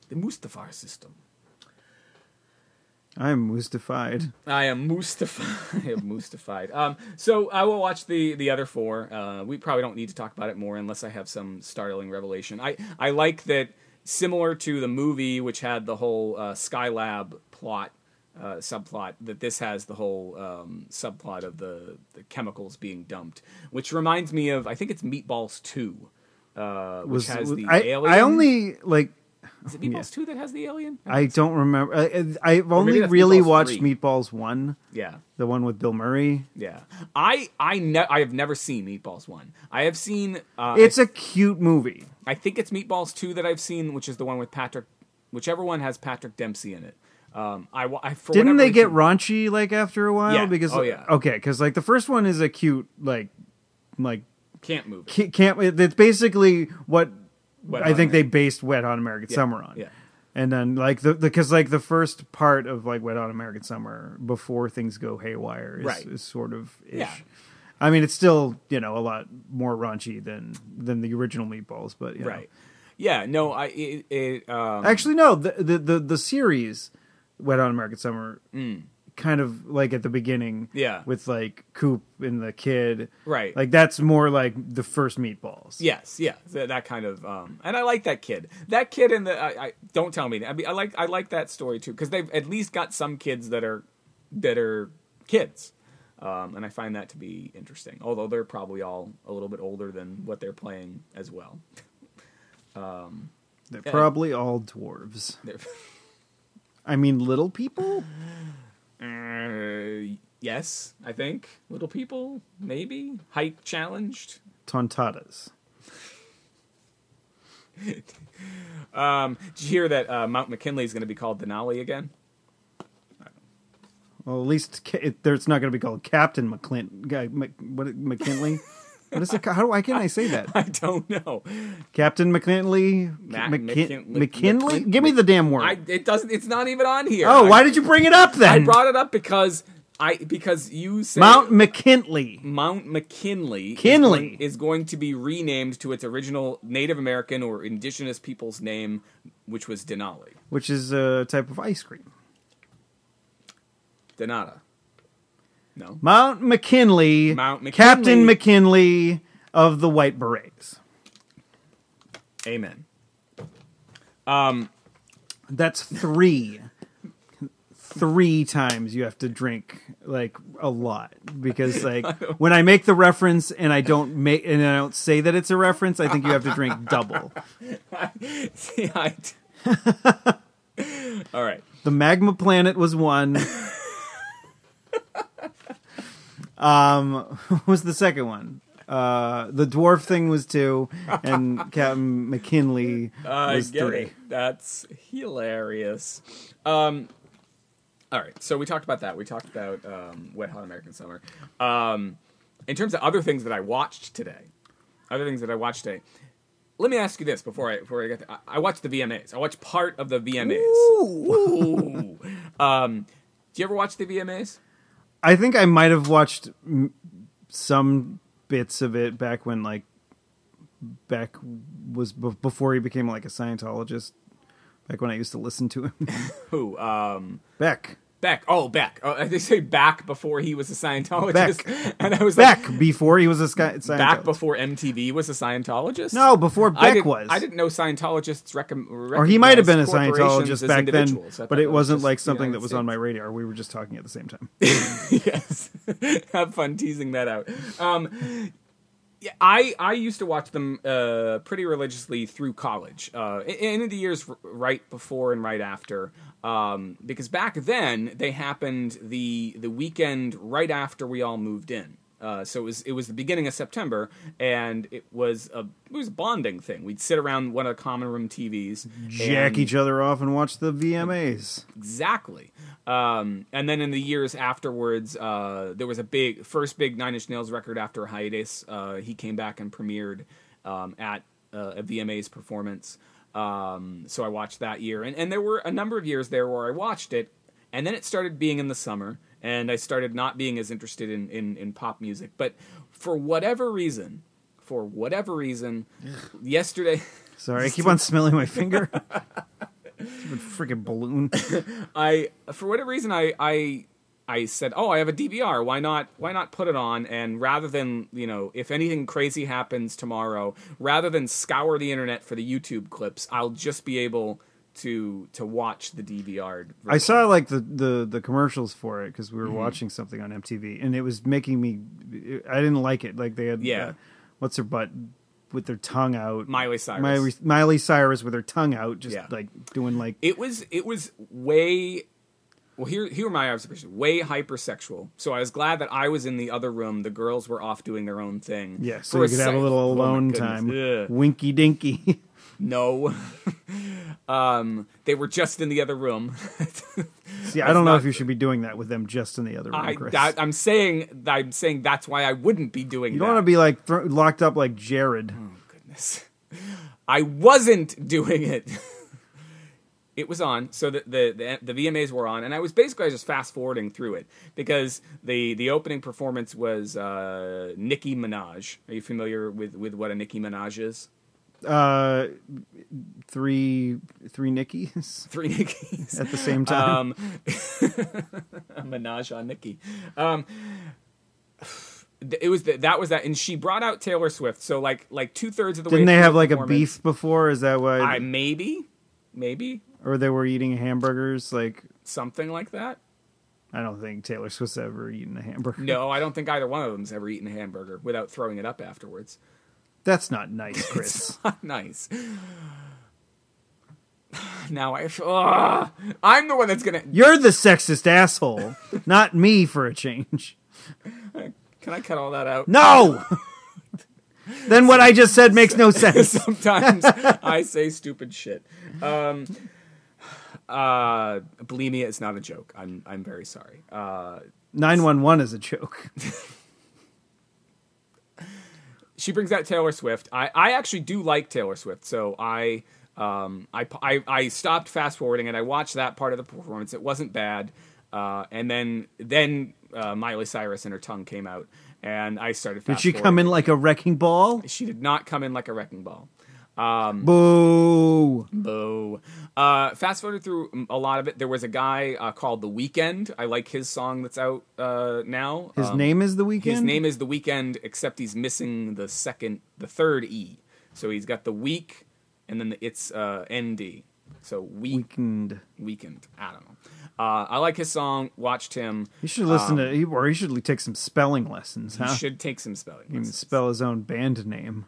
S1: The Mustafar system.
S2: I'm mystified.
S1: I am Mustafa. I am Mustafied. Um, so I will watch the the other four. Uh, we probably don't need to talk about it more unless I have some startling revelation. I I like that similar to the movie, which had the whole uh, Skylab plot uh, subplot. That this has the whole um, subplot of the the chemicals being dumped, which reminds me of I think it's Meatballs Two, uh, which
S2: Was,
S1: has
S2: was-
S1: the
S2: I,
S1: alien.
S2: I only Uh, like
S1: is it Meatballs Two that has the alien?
S2: I don't remember. I, I- I've only
S1: that's
S2: really
S1: Meatballs
S2: watched
S1: three.
S2: Meatballs One,
S1: Yeah.
S2: the one with Bill Murray.
S1: Yeah, I I ne- I have never seen Meatballs one. I have seen uh,
S2: It's a cute movie.
S1: I think it's Meatballs two that I've seen, which is the one with Patrick, whichever one has Patrick Dempsey in it. Um, I, wa- I for
S2: Didn't
S1: whatever
S2: they get
S1: reason-
S2: raunchy like after a while?
S1: Yeah.
S2: Because
S1: Oh, yeah.
S2: okay, because like the first one is a cute like like
S1: can't move? It.
S2: ca- can't. It's basically what
S1: Wet
S2: I
S1: Hot
S2: think they
S1: American.
S2: based Wet on American Summer on.
S1: yeah.
S2: And then like the because like the first part of like Wet on American Summer before things go haywire is,
S1: Right.
S2: is sort of ish.
S1: Yeah.
S2: I mean, it's still you know a lot more raunchy than than the original Meatballs, but you know.
S1: Right. Yeah. No. I it, it um,
S2: Actually, no. The the the, the series Wet on American Summer kind of like at the beginning,
S1: Mm. Yeah.
S2: with like Coop and the kid,
S1: Right.
S2: Like that's more like the first Meatballs.
S1: Yes, yeah, th- that kind of, um, and I like that kid. That kid in the I, I don't tell me. I mean, I like I like that story too because they've at least got some kids that are that are kids, um, and I find that to be interesting. Although they're probably all a little bit older than what they're playing as well.
S2: they're
S1: Yeah.
S2: probably all dwarves.
S1: They're-
S2: I mean, little people.
S1: Uh, yes, I think little people maybe height challenged.
S2: Tontadas.
S1: Um, did you hear that uh, Mount McKinley is going to be called Denali again?
S2: Well, at least ca- it, there- it's not going to be called Captain McClint. Guy, Mc, what McKinley? What is it? ca- How do I can I say that?
S1: I don't know.
S2: Captain McKinley,
S1: Matt
S2: McKin-
S1: McKin-
S2: McKinley.
S1: McKin-
S2: Give me the damn word.
S1: I it doesn't. It's not even on here.
S2: oh,
S1: I-
S2: why did you bring it up
S1: I
S2: then?
S1: brought it up because I because you said
S2: Mount McKinley.
S1: Mount McKinley is
S2: Kinley.
S1: going- is going to be renamed to its original Native American or indigenous people's name, which was Denali.
S2: which is a type of ice cream.
S1: Denata. No.
S2: Mount McKinley,
S1: Mount McKinley.
S2: Captain McKinley of the White Berets.
S1: Amen.
S2: That's three. Three times you have to drink like a lot because like when I make the reference and I don't make and I don't say that it's a reference, I think you have to drink double.
S1: See, I. All right.
S2: The magma planet was one. um, what was the second one? Uh, the dwarf thing was two, and Captain McKinley
S1: I
S2: was
S1: get
S2: three.
S1: it. That's hilarious. Um, all right, so we talked about that. We talked about um, Wet Hot American Summer. Um, in terms of other things that I watched today, other things that I watched today, let me ask you this before I before I get. To, I, I watched the VMAs. I watched part of the VMAs. Ooh. um, do you ever watch the VMAs?
S2: I think I might have watched m- some bits of it back when like back was b- before he became like a Scientologist. Back when I used to listen to him,
S1: Who? Um,
S2: Beck,
S1: Beck. Oh, Beck. Oh, they say back before he was a Scientologist,
S2: Beck.
S1: and I was like,
S2: Beck before he was a sky- Scientologist.
S1: back before MTV was a Scientologist.
S2: no, before Beck
S1: I didn't-
S2: was.
S1: I didn't know Scientologists recommend.
S2: or he might have been a Scientologist back then, but it wasn't like something that was on my radar. We were just talking at the same time.
S1: yes, have fun teasing that out. Um, yeah, I I used to watch them uh, pretty religiously through college, uh, in, in the years r- right before and right after, um, because back then they happened the the weekend right after we all moved in. Uh, so it was it was the beginning of September, and it was a it was a bonding thing. We'd sit around one of the common room TVs,
S2: Jack
S1: and-
S2: each other off and watch the VMAs.
S1: Exactly. Um, and then in the years afterwards, uh, there was a big first big Nine Inch Nails record after a hiatus. Uh, he came back and premiered um, at uh, a VMA's performance. Um, so I watched that year, and and there were a number of years there where I watched it, and then it started being in the summer, and I started not being as interested in in, in pop music. But for whatever reason, for whatever reason, yesterday.
S2: Sorry, I keep on smelling my finger. Stupid Freaking balloon.
S1: I for whatever reason I I I said, "Oh, I have a DVR. Why not why not put it on and rather than, you know, if anything crazy happens tomorrow, rather than scour the internet for the YouTube clips, I'll just be able to to watch the DVR."
S2: I saw like the the, the commercials for it because we
S1: Mm-hmm.
S2: were watching something on MTV, and it was making me. I didn't like it. Like they had
S1: Yeah.
S2: uh, what's her butt with their tongue out.
S1: Miley Cyrus.
S2: Miley, Miley Cyrus with her tongue out, just
S1: Yeah.
S2: like doing like
S1: it was it was way well here here were my observations way hypersexual so i was glad that i was in the other room the girls were off doing their own thing
S2: yeah. So
S1: For
S2: you could have a
S1: sec-
S2: little
S1: oh my
S2: alone
S1: goodness.
S2: time.
S1: Ugh.
S2: Winky dinky.
S1: No. um, they were just in the other room.
S2: See, I don't know
S1: not
S2: if you should be doing that with them just in the other room,
S1: I,
S2: Chris.
S1: that, I'm saying I'm saying that's why I wouldn't be doing
S2: you
S1: that.
S2: don't want to be like thro- locked up like Jared.
S1: Hmm. goodness. I wasn't doing it. it was on, so the, the the the VMAs were on, and I was basically just fast forwarding through it because the the opening performance was uh, Nicki Minaj. Are you familiar with with what a Nicki Minaj is?
S2: Uh, three three Nickies
S1: Three Nickies.
S2: at the same time.
S1: Um, Menage on Nikki. Um, th- it was the, that was that, and she brought out Taylor Swift. So like like two thirds of the way.
S2: Didn't they
S1: through
S2: have
S1: the
S2: like a
S1: performance-
S2: beef before? Is that why?
S1: I maybe maybe
S2: or they were eating hamburgers? Like
S1: something like that.
S2: I don't think Taylor Swift's ever eaten a hamburger.
S1: No, I don't think either one of them's ever eaten a hamburger without throwing it up afterwards.
S2: that's not nice, Chris.
S1: nice. Now I, ugh. I'm the one that's gonna.
S2: You're the sexist asshole, not me for a change.
S1: Can I cut all that out?
S2: No. then what I just said makes no sense.
S1: sometimes I say stupid shit. Um, uh, bulimia is not a joke. I'm I'm very sorry. Uh,
S2: Nine one one is a joke.
S1: she brings out Taylor Swift. I, I actually do like Taylor Swift, so I um I, I I stopped fast forwarding and I watched that part of the performance. It wasn't bad, uh, and then then uh, Miley Cyrus and her tongue came out, and I started.
S2: Did she come in like a wrecking ball?
S1: She did not come in like a wrecking ball.
S2: Boo!
S1: Boo. Uh, fast forward through a lot of it. There was a guy uh, called The Weekend. I like his song that's out uh, now.
S2: His
S1: Um,
S2: name is the weekend.
S1: His name is The Weekend, except he's missing the second, the third E. So he's got the week, and then the, it's uh, ND. So week,
S2: weekend.
S1: weekend. I don't know. Uh, I like his song. Watched him.
S2: You should listen to, he- or he should take some spelling lessons. Huh?
S1: Um, He should take some spelling.
S2: He can
S1: lessons.
S2: spell his own band name.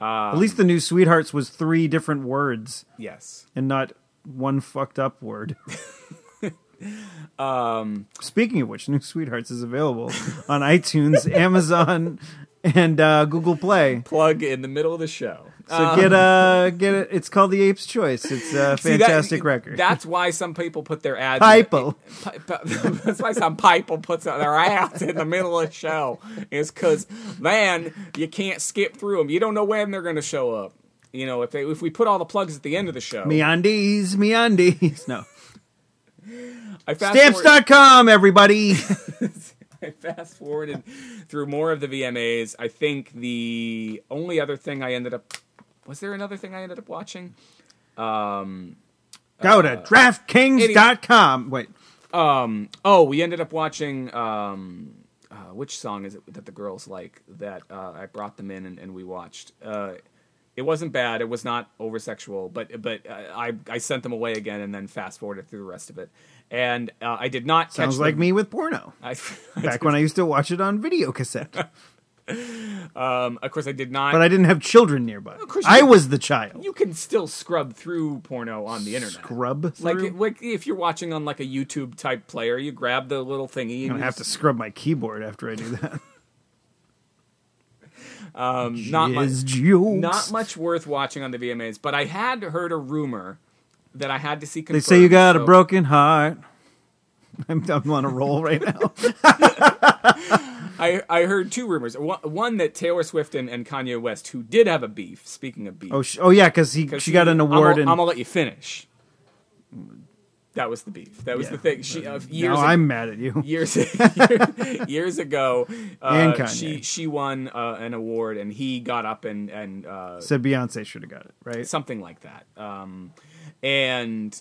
S1: Um,
S2: At least the new Sweethearts was three different words
S1: Yes.
S2: and not one fucked up word.
S1: Um,
S2: Speaking of which, New Sweethearts is available on iTunes, Amazon, and uh, Google Play.
S1: Plug in the middle of the show.
S2: So get uh get it. It's called The Ape's Choice. It's a
S1: Um, See, that-
S2: fantastic record.
S1: That's why some people put their ads.
S2: Pipo.
S1: Pi- pi- that's why some people puts their ads in the middle of the show is because man, you can't skip through them. You don't know when they're going to show up. You know, if they, if we put all the plugs at the end of the show,
S2: Meandies, meandies. No.
S1: I fast forward-
S2: Stamps.com, everybody.
S1: I fast forwarded through more of the VMAs. I think the only other thing I ended up was there another thing I ended up watching.
S2: Go
S1: Uh,
S2: to DraftKings.com. Wait.
S1: Oh, we ended up watching. Um, uh, which song is it that the girls like? That uh, I brought them in and, and we watched. Uh, it wasn't bad. It was not over sexual, but but uh, I I sent them away again and then fast forwarded through the rest of it. And uh, I did not catch.
S2: Sounds like
S1: the-
S2: me with porno.
S1: I,
S2: Back when I used to watch it on video cassette.
S1: um, of course, I did not.
S2: But I didn't have children nearby.
S1: course you
S2: I
S1: did.
S2: was the child.
S1: you can still scrub through porno on the internet.
S2: Scrub through.
S1: Like, it- like if you're watching on like a YouTube type player, you grab the little thingy. And
S2: I'm gonna
S1: you
S2: have to scrub my keyboard after I do that.
S1: um, not much.
S2: Jizz jokes.
S1: not much worth watching on the VMAs, but I had heard a rumor that I had to see.
S2: They say you got a broken heart. I'm, I'm on a roll right now.
S1: I, I heard two rumors. One, one that Taylor Swift and, and Kanye West, who did have a beef. Speaking of beef,
S2: Oh, sh oh yeah, because he
S1: 'cause
S2: she got an award
S1: I'm
S2: and
S1: gonna let you finish. That was the beef. That was
S2: Yeah.
S1: the thing. She uh, years
S2: now
S1: ago-
S2: I'm mad at you.
S1: years years ago,
S2: And
S1: uh,
S2: Kanye.
S1: she she won uh, an award and he got up and and uh,
S2: Said Beyonce should have got it right.
S1: something like that. Um, and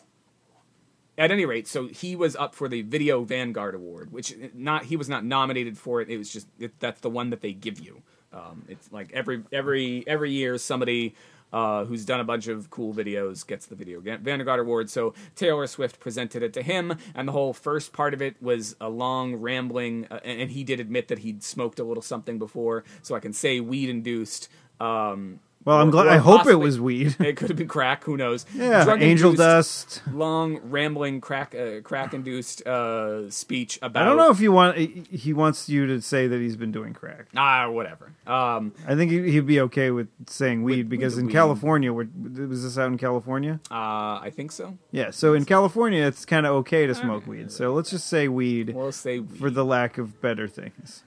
S1: at any rate, so he was up for the Video Vanguard Award, which not he was not nominated for it. It was just it, that's the one that they give you. Um, it's like every every every year somebody. Uh, who's done a bunch of cool videos gets the video Ga- Vanguard Award. So Taylor Swift presented it to him, and the whole first part of it was a long rambling, uh, and, and he did admit that he'd smoked a little something before, so I can say weed induced. Um,
S2: Well, I'm
S1: or-
S2: glad.
S1: or
S2: I hope it
S1: possibly-
S2: was weed.
S1: it could have been crack. Who knows?
S2: Yeah, angel
S1: Drug-induced,
S2: dust.
S1: Long, rambling, crack, uh, crack-induced uh, speech about.
S2: I don't know if you want. He wants you to say that he's been doing crack.
S1: Ah, whatever. Um,
S2: I think he- he'd be okay with saying weed because
S1: the
S2: in
S1: weed.
S2: California, where, was this out in California?
S1: uh, I think so.
S2: Yeah. So in California, it's kind of okay to smoke weed. So let's just say weed
S1: We'll say
S2: for the lack of better things.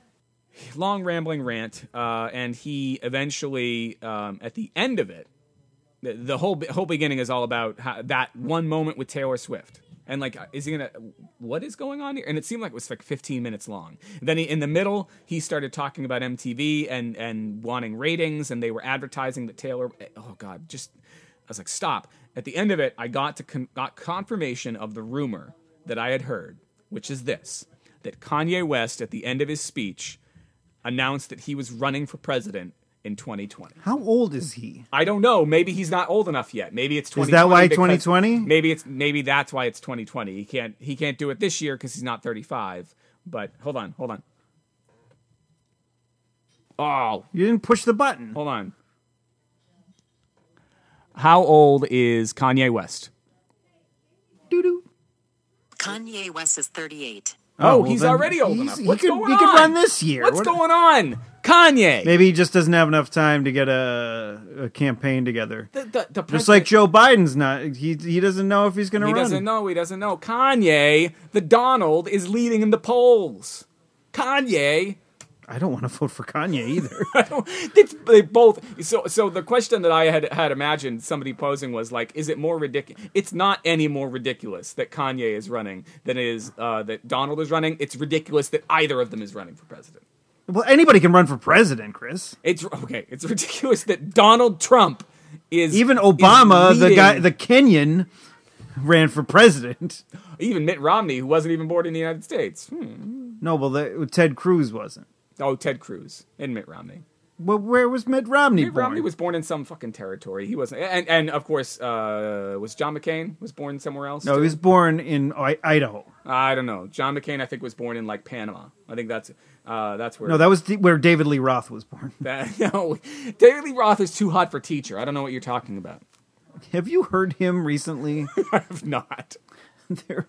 S1: long, rambling rant, uh, and he eventually, um, at the end of it, the, the whole be- whole beginning is all about how, that one moment with Taylor Swift. And like, uh, is he gonna? What is going on here? And it seemed like it was like 15 minutes long. Then he, in the middle, he started talking about MTV and and wanting ratings, and they were advertising that Taylor. Oh God, just I was like, stop. At the end of it, I got to con- got confirmation of the rumor that I had heard, which is this: that Kanye West, at the end of his speech, announced that he was running for president in 2020.
S2: How old is he?
S1: I don't know. Maybe he's not old enough yet. Maybe it's 2020.
S2: that why
S1: because-
S2: 2020?
S1: Maybe it's maybe that's why it's 2020. He can't he can't do it this year because he's not 35. But hold on, hold on. Oh,
S2: You didn't push the button.
S1: hold on. How old is Kanye West?
S2: Doo-doo.
S3: Kanye West is 38.
S1: Oh,
S2: well,
S1: he's
S2: then
S1: already old
S2: he's-
S1: enough.
S2: he
S1: What's
S2: could-
S1: going
S2: he
S1: on?
S2: could run this year.
S1: What's
S2: What-
S1: going on, Kanye?
S2: Maybe he just doesn't have enough time to get a, a campaign together.
S1: The- the- the
S2: Just like
S1: president-
S2: Joe Biden's not. He he doesn't know if he's going to
S1: He
S2: run.
S1: doesn't know. He doesn't know. Kanye, the Donald, is leading in the polls. Kanye,
S2: I don't want to vote for Kanye either.
S1: It's, they both. So, so the question that I had had imagined somebody posing was like, is it more ridiculous? It's not any more ridiculous that Kanye is running than it is uh, that Donald is running. It's ridiculous that either of them is running for president.
S2: well, anybody can run for president, Chris.
S1: It's okay. It's ridiculous that Donald Trump is
S2: Even
S1: is
S2: Obama, the
S1: leading-
S2: guy, the Kenyan, ran for president.
S1: even Mitt Romney, who wasn't even born in the United States. Hmm.
S2: No, well, the, Ted Cruz wasn't.
S1: Oh, Ted Cruz and Mitt Romney.
S2: Well, where was Mitt Romney
S1: Mitt
S2: born?
S1: Romney was born in some fucking territory. He wasn't, and and of course, uh, was John McCain was born somewhere else.
S2: no,
S1: too?
S2: he was born in I- Idaho.
S1: I don't know. John McCain, I think, was born in like Panama. I think that's uh, that's where.
S2: No, that was the, where David Lee Roth was born.
S1: that, no. David Lee Roth is too hot for teacher. I don't know what you're talking about.
S2: Have you heard him recently?
S1: I've not.
S2: there,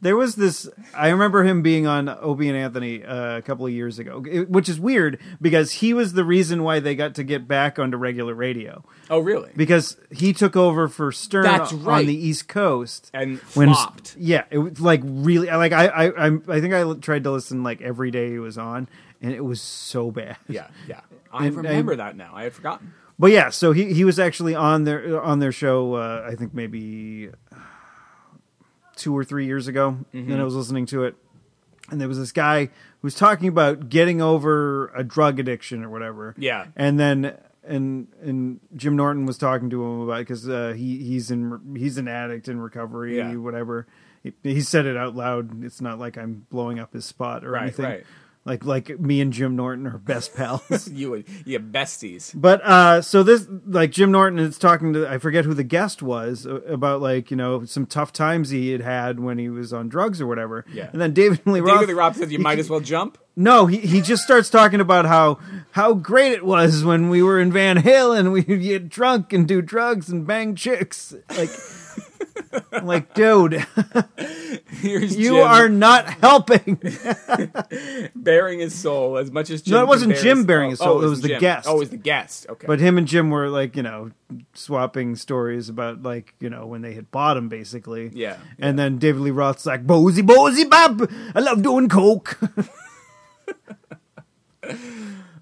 S2: there was this. I remember him being on Opie and Anthony uh, a couple of years ago, it- which is weird because he was the reason why they got to get back onto regular radio
S1: Oh, really?
S2: because he took over for Stern
S1: That's right.
S2: on the East Coast
S1: and
S2: when
S1: flopped.
S2: yeah it was like really like I I I, I think I l- tried to listen like every day he was on and it was so bad
S1: yeah, yeah. I
S2: And-
S1: remember that now. I had forgotten.
S2: but yeah so he he was actually on their on their show uh, I think maybe two or three years ago
S1: Mm-hmm.
S2: and I was listening to it and there was this guy who was talking about getting over a drug addiction or whatever
S1: Yeah.
S2: and then and and Jim Norton was talking to him about because uh, he he's in re- he's an addict in recovery
S1: Yeah.
S2: whatever he, he said it out loud it's not like I'm blowing up his spot or
S1: Right,
S2: anything
S1: right.
S2: like like me and Jim Norton are best pals
S1: You, you besties.
S2: but uh, so this, like Jim Norton is talking to, I forget who the guest was uh, about, like you know, some tough times he had had when he was on drugs or whatever.
S1: Yeah.
S2: And then David Lee Roth.
S1: David Lee Roth says you
S2: he-
S1: might as well jump.
S2: No, he he just starts talking about how how great it was when we were in Van Halen, we would get drunk and do drugs and bang chicks. Like, I'm like, dude,
S1: Here's
S2: you
S1: Jim
S2: are not helping.
S1: bering his soul as much as Jim.
S2: No, it
S1: can
S2: wasn't
S1: bear
S2: Jim bearing his soul, it was the
S1: Jim.
S2: guest.
S1: Oh, it was the guest. Okay.
S2: But him and Jim were like, you know, swapping stories about like, you know, when they hit bottom basically.
S1: Yeah,
S2: And then David Lee Roth's like, Bozy Bozy Bop, I love doing Coke.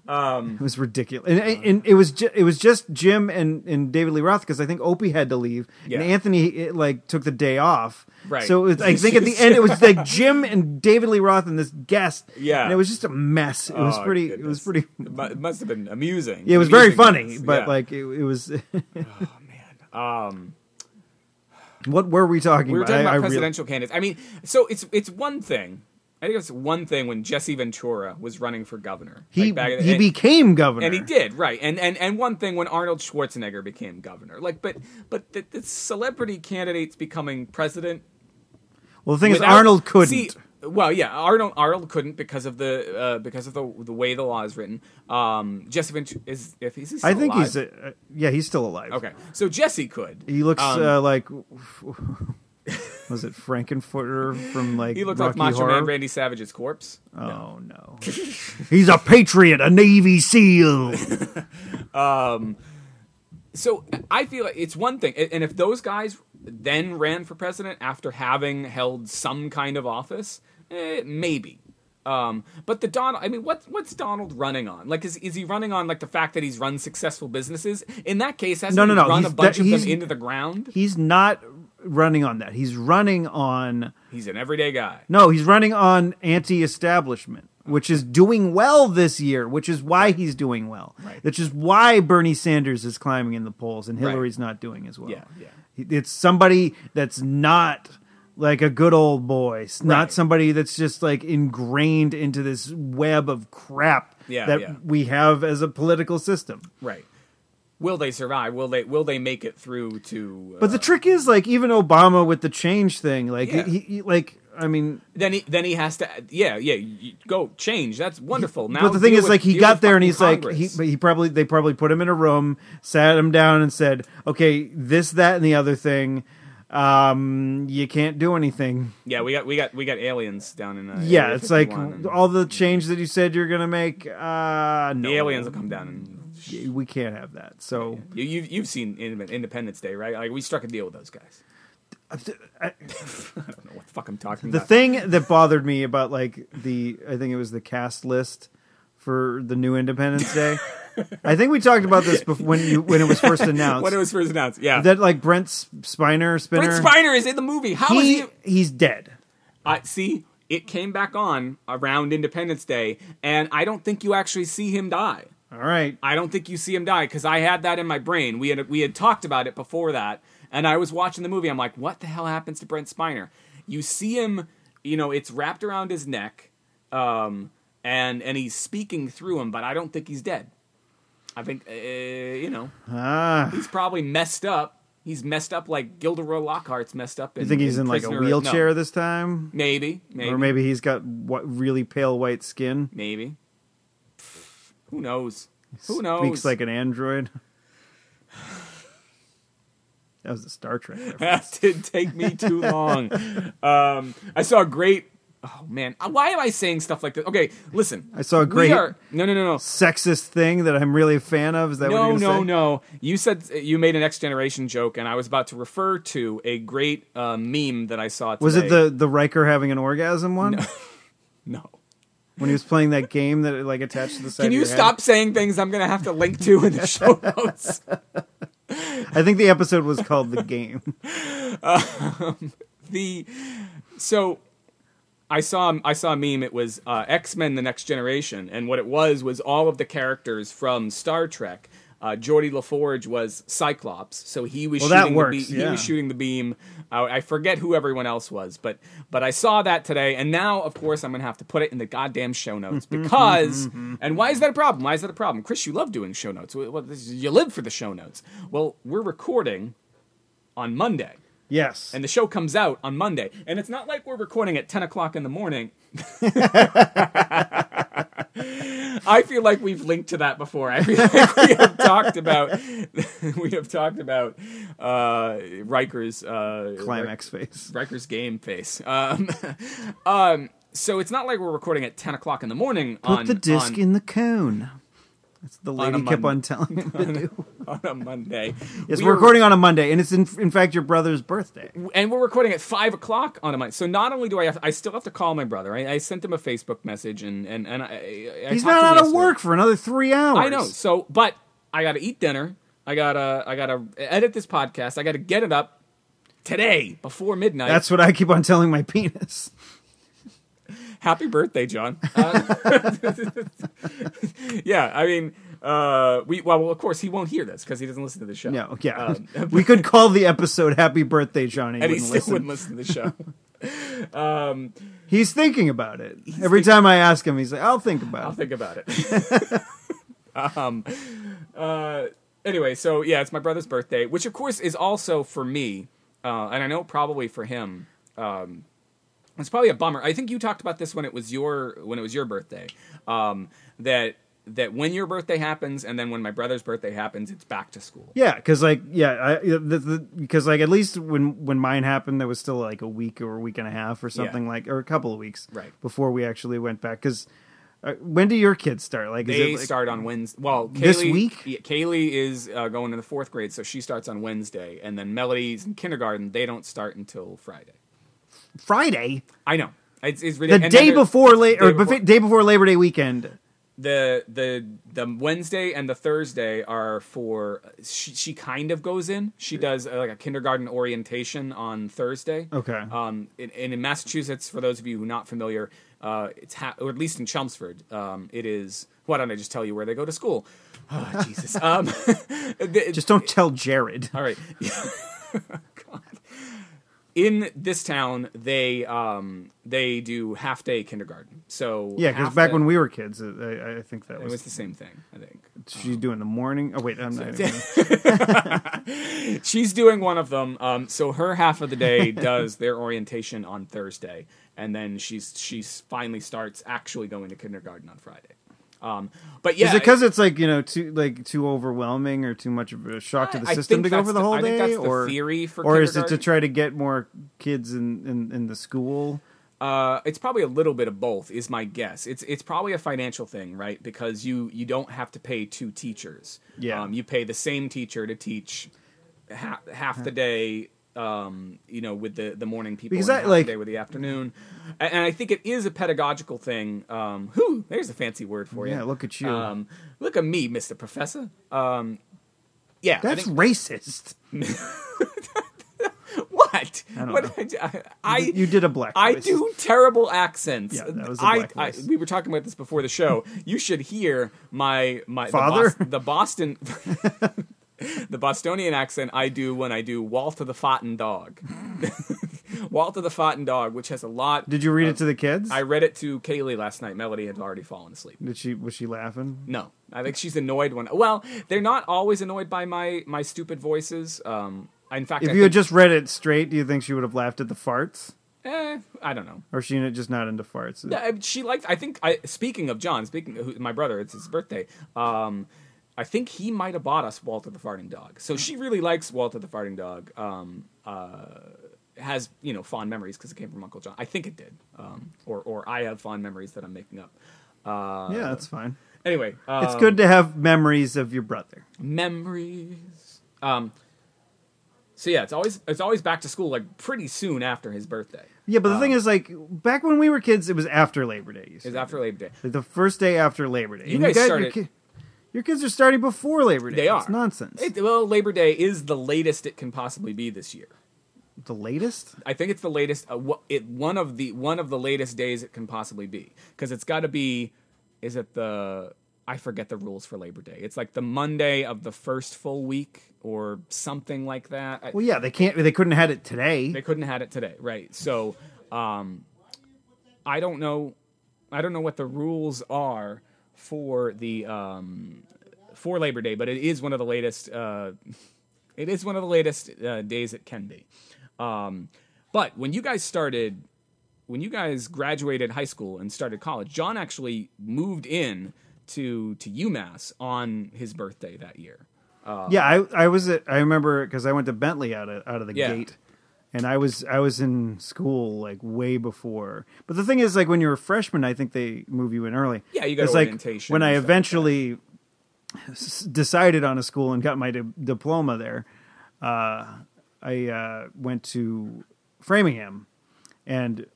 S2: um It was ridiculous. And, and, and it was ju- it was just Jim and, and David Lee Roth because I think Opie had to leave.
S1: Yeah.
S2: And Anthony it, like took the day off.
S1: Right.
S2: So it was, I think at the end it was like Jim and David Lee Roth and this guest.
S1: Yeah.
S2: And it was just a mess. It was
S1: Oh,
S2: pretty it
S1: goodness.
S2: was pretty
S1: It mu- it must have been amusing.
S2: yeah, it was very
S1: Amusing
S2: funny,
S1: mess.
S2: but
S1: Yeah. Oh, Um,
S2: like it, it was. what were we talking
S1: we were
S2: about?
S1: talking
S2: I-
S1: about
S2: I really-
S1: presidential candidates. I mean, so it's it's one thing. I think it's one thing when Jesse Ventura was running for governor.
S2: he
S1: Like, back in the-
S2: he
S1: and-
S2: became governor,
S1: and he did right, and and and one thing when Arnold Schwarzenegger became governor. Like, but but the, the celebrity candidates becoming president
S2: Well, the thing is,
S1: Without-
S2: Arnold couldn't.
S1: See, well, yeah, Arnold Arnold couldn't because of the uh, because of the the way the law is written. Um, Jesse Ventura is if he's
S2: I think
S1: alive?
S2: he's a, uh, yeah, he's still alive.
S1: okay. So Jesse could.
S2: he looks
S1: Um,
S2: uh, like was it Frankenfooter from like
S1: he looked
S2: Rocky
S1: like Macho
S2: Horror?
S1: Man Randy Savage's corpse.
S2: Oh no, he's a patriot, a Navy SEAL.
S1: So I feel like it's one thing, and if those guys then ran for president after having held some kind of office, eh, maybe. Um, but the Donald, I mean, what what's Donald running on? Like, is is he running on like the fact that he's run successful businesses? In that case, hasn't
S2: No, no,
S1: he
S2: no,
S1: run
S2: he's-
S1: a bunch
S2: that-
S1: of them
S2: he's-
S1: into the ground?
S2: he's not running on that. He's running on.
S1: He's an everyday guy.
S2: No, he's running on anti-establishment, which is doing well this year, which is why he's doing well.
S1: Right.
S2: Which is why Bernie Sanders is climbing in the polls and
S1: Right.
S2: Hillary's not doing as well.
S1: Yeah, yeah.
S2: It's somebody that's not like a good old boy, s-
S1: Right.
S2: not somebody that's just like ingrained into this web of crap
S1: Yeah,
S2: that
S1: yeah.
S2: we have as a political system.
S1: Right. Will they survive? Will they will they make it through to? Uh,
S2: But the trick is like even Obama with the change thing, like
S1: Yeah.
S2: he, he like I mean
S1: then he then he has to. Yeah, yeah. You, go change. That's wonderful. Now,
S2: but the thing
S1: deal
S2: is,
S1: with-
S2: like, he
S1: deal
S2: got
S1: with
S2: there and
S1: fucking
S2: he's like, he,
S1: Congress.
S2: but he probably they probably put him in a room, sat him down, and said, "Okay, this, that, and the other thing. Um, you can't do anything.
S1: Yeah, we got we got we got aliens down in. Uh,
S2: Yeah,
S1: Area
S2: it's like
S1: 51, and
S2: all the change that you said you're gonna make. Uh, no,
S1: the aliens will come down and
S2: We can't have that. So
S1: you, you've you've seen Ind- Independence Day, right? Like we struck a deal with those guys. I don't know what the fuck I'm talking
S2: Uh, the
S1: about.
S2: thing that bothered me about like the I think it was the cast list for the new Independence Day. I think we talked about this before, when you when it was first announced.
S1: When it was first announced, yeah.
S2: that like Brent S- Spiner Spinner.
S1: Brent Spiner is in the movie. How is
S2: he,
S1: he?
S2: he's dead.
S1: I see. It came back on around Independence Day, and I don't think you actually see him die.
S2: All right.
S1: I don't think you see him die because I had that in my brain. We had we had talked about it before that, and I was watching the movie. I'm like, what the hell happens to Brent Spiner? You see him, you know, it's wrapped around his neck, um, and and he's speaking through him, but I don't think he's dead. I think uh, you know
S2: Ah,
S1: he's probably messed up. He's messed up like Gilderoy Lockhart's messed up. In,
S2: you think he's in like a
S1: Prisoner-
S2: wheelchair
S1: no.
S2: this time,
S1: Maybe, maybe,
S2: or
S1: maybe,
S2: maybe he's got what really pale white skin.
S1: Who knows? Who knows?
S2: Speaks like an android. That was a Star Trek. reference.
S1: that did take me too long. Um, I saw a great. Oh man, Uh, why am I saying stuff like this? Okay, listen.
S2: I saw a great
S1: We are, no, no, no, no,
S2: Sexist thing that I'm really a fan of. Is that
S1: no,
S2: what you're
S1: no,
S2: saying?
S1: no. You said you made an X Generation joke, and I was about to refer to a great uh, meme that I saw. Today.
S2: Was it the the Riker having an orgasm one
S1: no?
S2: when he was playing that game that it, like attached to the side?
S1: Can
S2: of
S1: you
S2: your head?
S1: stop saying things I'm going to have to link to in the show notes?
S2: I think the episode was called the game.
S1: the so I saw I saw a meme. It was uh, X Men: The Next Generation, and what it was was all of the characters from Star Trek. Uh, Geordie LaForge was Cyclops, so he was
S2: Well, that
S1: shooting
S2: works,
S1: the beam. He was
S2: yeah.
S1: shooting the beam. I, I forget who everyone else was, but but I saw that today, and now of course I'm gonna have to put it in the goddamn show notes because. and why is that a problem? Why is that a problem, Chris? You love doing show notes. Well, this is- you live for the show notes. Well, we're recording on Monday
S2: Yes.
S1: and the show comes out on Monday. And it's not like we're recording at 10 o'clock in the morning. I feel like we've linked to that before. I feel like we have talked about we have talked about uh, Riker's uh,
S2: climax face.
S1: Riker's game face. Um, um, so it's not like we're recording at 10 o'clock in the morning
S2: Put
S1: on
S2: the disc
S1: on-
S2: in the cone. That's the
S1: On a
S2: lady kept
S1: Mon-
S2: on telling him to do.
S1: on a Monday.
S2: Yes,
S1: We
S2: we are
S1: were-
S2: recording on a Monday, and it's in, in fact your brother's birthday.
S1: and we're recording at five o'clock on a Monday. So not only do I have, I still have to call my brother. I, I sent him a Facebook message, and and and I, I, I
S2: He's
S1: talked to him
S2: not out of
S1: yesterday.
S2: work for another three hours.
S1: I know. So, but I got to eat dinner. I gotta I gotta edit this podcast. I gotta get it up today before midnight.
S2: That's what I keep on telling my penis.
S1: happy birthday, John. Uh, yeah, I mean, uh, we well, of course he won't hear this because he doesn't listen to the show.
S2: No, yeah. we could call the episode "Happy Birthday, Johnny."
S1: Uh, and he
S2: wouldn't
S1: still
S2: listen.
S1: wouldn't listen to the show.
S2: He's thinking about it every time I ask him. He's like, "I'll think about
S1: I'll
S2: it."
S1: think about it. um, uh, anyway, so yeah, it's my brother's birthday, which of course is also for me, uh, and I know probably for him. Um, it's probably a bummer. I think you talked about this when it was your when it was your birthday. Um, that that when your birthday happens, and then when my brother's birthday happens, it's back to school.
S2: Yeah, because like yeah, I, the, the, because like at least when when mine happened, there was still like a week or a week and a half or something like, or a couple of weeks,
S1: Right.
S2: before we actually went back. Because uh, when do your kids start? Like,
S1: They
S2: is it like,
S1: start on Wednesday. Well, Kaylee,
S2: This week?
S1: yeah, Kaylee is uh, going to the fourth grade, so she starts on Wednesday, and then Melody's in kindergarten. They don't start until Friday.
S2: Friday,
S1: I know. It's, it's
S2: the
S1: ridiculous.
S2: day before la-
S1: day
S2: or
S1: before-
S2: bef- day before Labor Day weekend.
S1: the the the Wednesday and the Thursday are for she, she kind of goes in. She does uh, like a kindergarten orientation on Thursday.
S2: Okay.
S1: Um, and, and in Massachusetts, for those of you who are not familiar, uh, it's ha- or at least in Chelmsford, um, it is. Why don't I just tell you where they go to school? Oh, Jesus. um, the-
S2: Just don't tell Jared.
S1: all right. God. In this town, they um, they do half day kindergarten. So
S2: Yeah, because
S1: half
S2: back
S1: day-
S2: when we were kids, uh, I, I think that
S1: it
S2: was,
S1: was uh, the same thing. I think
S2: she's doing the morning. Oh wait, I'm not. even-
S1: she's doing one of them. Um, so her half of the day does their orientation on Thursday, and then she's she finally starts actually going to kindergarten on Friday. Um, but yeah,
S2: Is it because it's like you know too like too overwhelming or too much of a shock to the
S1: I- I
S2: system
S1: think
S2: to go
S1: that's
S2: for the
S1: the-
S2: whole
S1: I
S2: day,
S1: think that's the
S2: or
S1: theory for
S2: or is it to
S1: kindergarten.
S2: try to get more kids in in, in the school?
S1: Uh, it's probably a little bit of both, is my guess. It's it's probably a financial thing, right? Because you you don't have to pay two teachers.
S2: Yeah.
S1: um, you pay the same teacher to teach ha- half the day um, you know, with the the morning people
S2: Because
S1: and
S2: that,
S1: half
S2: like-
S1: the day with the afternoon, A- and, I think it is a pedagogical thing. Um, whew, there's a fancy word for you.
S2: Yeah, look at you.
S1: Um, look at me, Mister Professor. Um, yeah, I
S2: That's
S1: think-
S2: racist.
S1: what.
S2: don't
S1: What did I, do? I, I
S2: you did a black.
S1: I
S2: voice.
S1: do terrible accents.
S2: Yeah, that was a
S1: I-
S2: black
S1: I-
S2: voice.
S1: we were talking about this before the show. You should hear my my the
S2: Father?
S1: Bos- the, Boston. The Bostonian accent I do when I do Walter the Fotten Dog. Walter the Fotten Dog, which has a lot.
S2: Did you read it to the kids?
S1: Um, I read it to Kaylee last night. Melody had already fallen asleep.
S2: Did she? Was she laughing?
S1: No, I think she's annoyed when. Well, they're not always annoyed by my my stupid voices. Um, in fact,
S2: If
S1: I
S2: you had
S1: think-
S2: just read it straight, do you think she would have laughed at the farts?
S1: eh, I don't know.
S2: Or is she just not into farts?
S1: Yeah, I- she liked. I think. I speaking of John, speaking of who, my brother, it's his birthday. Um, I think he might have bought us Walter the Farting Dog. So she really likes Walter the Farting Dog. Um, uh, has you know fond memories because it came from Uncle John. I think it did. Um, or or I have fond memories that I'm making up. Uh,
S2: yeah, that's fine.
S1: Anyway, um,
S2: It's good to have memories of your brother.
S1: memories. Um. So yeah, it's always it's always back to school like pretty soon after his birthday.
S2: Yeah, but the
S1: um,
S2: thing is, like back when we were kids, it was after Labor Day. You
S1: It's
S2: said.
S1: after Labor Day.
S2: Like, the first day after Labor Day.
S1: You
S2: And
S1: guys
S2: got-
S1: started-
S2: Your, ki- your kids are starting before Labor Day.
S1: They are
S2: It's nonsense.
S1: It, well, Labor Day is the latest it can possibly be this year.
S2: the latest.
S1: I think it's the latest. Uh, wha- it one of the one of the latest days it can possibly be because it's got to be. Is it the I forget the rules for Labor Day. It's like the Monday of the first full week or something like that. I,
S2: Well, yeah, they can't. They couldn't have had it today.
S1: they couldn't have had it today, right? So, um, I don't know. I don't know what the rules are for the um, for Labor Day, but it is one of the latest. Uh, it is one of the latest uh, days it can be. Um, but when you guys started, when you guys graduated high school and started college, John actually moved in to to UMass on his birthday that year.
S2: yeah, I, I was at. I remember because I went to Bentley out of out of the
S1: Yeah.
S2: gate, and I was I was in school like way before. But the thing is, like when you're a freshman, I think they move you in early.
S1: Yeah, you got
S2: It's
S1: orientation
S2: Like, when
S1: and
S2: I
S1: stuff like that.
S2: eventually s- decided on a school and got my di- diploma there, uh, I uh, went to Framingham, and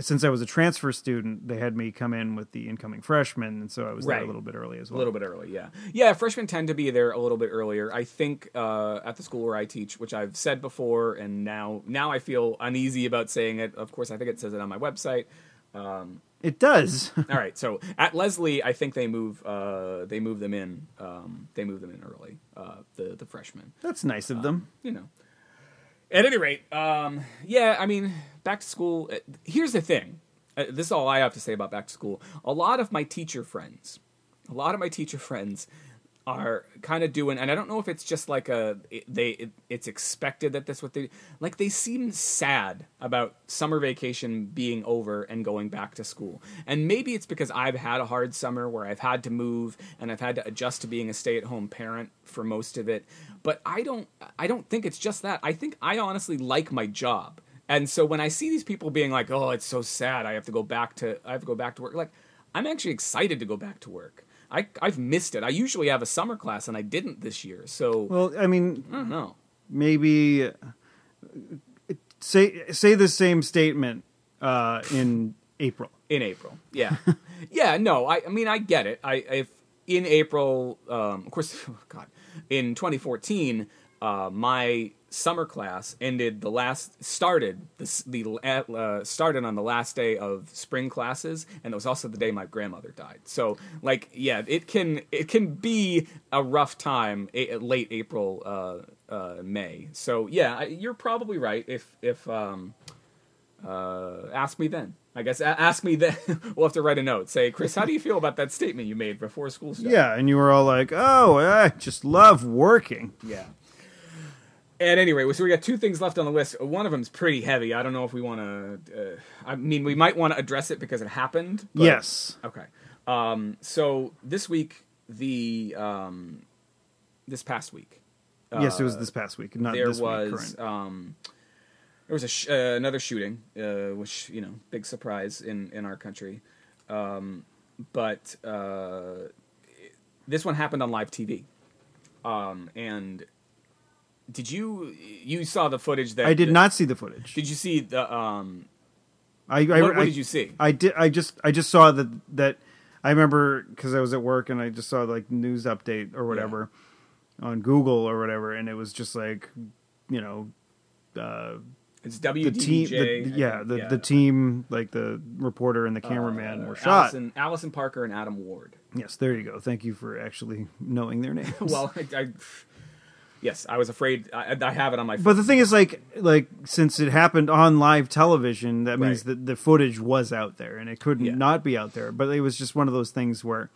S2: since I was a transfer student, they had me come in with the incoming freshmen, and so I was there
S1: Right.
S2: a little bit early as
S1: A
S2: well.
S1: little bit early, yeah. Yeah, freshmen tend to be there a little bit earlier. I think uh, at the school where I teach, which I've said before, and now now I feel uneasy about saying it. Of course, I think it says it on my website. Um,
S2: It does.
S1: all right, so at Leslie, I think they move uh, they move them in um, they move them in early uh, the the freshmen.
S2: That's nice of them.
S1: You know. At any rate, um, yeah, I mean, back to school. uh, Here's the thing. Uh, This is all I have to say about back to school. A lot of my teacher friends, a lot of my teacher friends are kind of doing, and I don't know if it's just like a it- they it, it's expected that that's what they like. They seem sad about summer vacation being over and going back to school, and maybe it's because I've had a hard summer where I've had to move and I've had to adjust to being a stay-at-home parent for most of it. But I don't I don't think it's just that. I think I honestly like my job. And so when I see these people being like, "Oh, it's so sad. I have to go back to I have to go back to work." Like, I'm actually excited to go back to work. I I've missed it. I usually have a summer class and I didn't this year. So
S2: Well, I mean,
S1: I don't know.
S2: maybe uh, say say the same statement uh, in April.
S1: In April. Yeah. yeah, no. I I mean I get it. I if in April um of course god in 2014 uh my summer class ended the last started the s- the uh, started on the last day of spring classes and it was also the day my grandmother died. So like yeah, it can it can be a rough time a, late April uh uh May. So yeah, I, you're probably right if if um uh, ask me then. I guess a- ask me then. we'll have to write a note. Say, Chris, how do you feel about that statement you made before school started?
S2: Yeah, and you were all like, "Oh, I just love working."
S1: Yeah. At any rate, so we got two things left on the list. One of them's pretty heavy. I don't know if we want to. Uh, I mean, we might want to address it because it happened. but-
S2: yes,
S1: Okay. Um, so this week, the um, this past week,
S2: yes, it was this past week, not
S1: uh, there
S2: Uh, this week.
S1: was
S2: Current.
S1: um, there was a sh- uh, another shooting, uh, which you know, big surprise in in our country. Um, but uh, it- this one happened on live TV, um, and did you you saw the footage that
S2: I did not see the footage.
S1: Did you see the um?
S2: I, I,
S1: What,
S2: I-
S1: what did you see?
S2: I did. I just. I just saw that. That I remember because I was at work and I just saw like news update or whatever on Google or whatever, and it was just like, you know, uh,
S1: It's
S2: the
S1: WDBJ.
S2: team. The,
S1: I
S2: yeah,
S1: think,
S2: the the team, like the reporter and the cameraman, were shot.
S1: Uh, Allison, Allison Parker and Adam Ward.
S2: Yes, there you go. Thank you for actually knowing their names.
S1: Well, I, I, yes, I was afraid. I, I have it on my.
S2: But the thing is, like, like since it happened on live television, that means
S1: Right.
S2: that the footage was out there, and it couldn't
S1: Yeah.
S2: not be out there. But it was just one of those things where,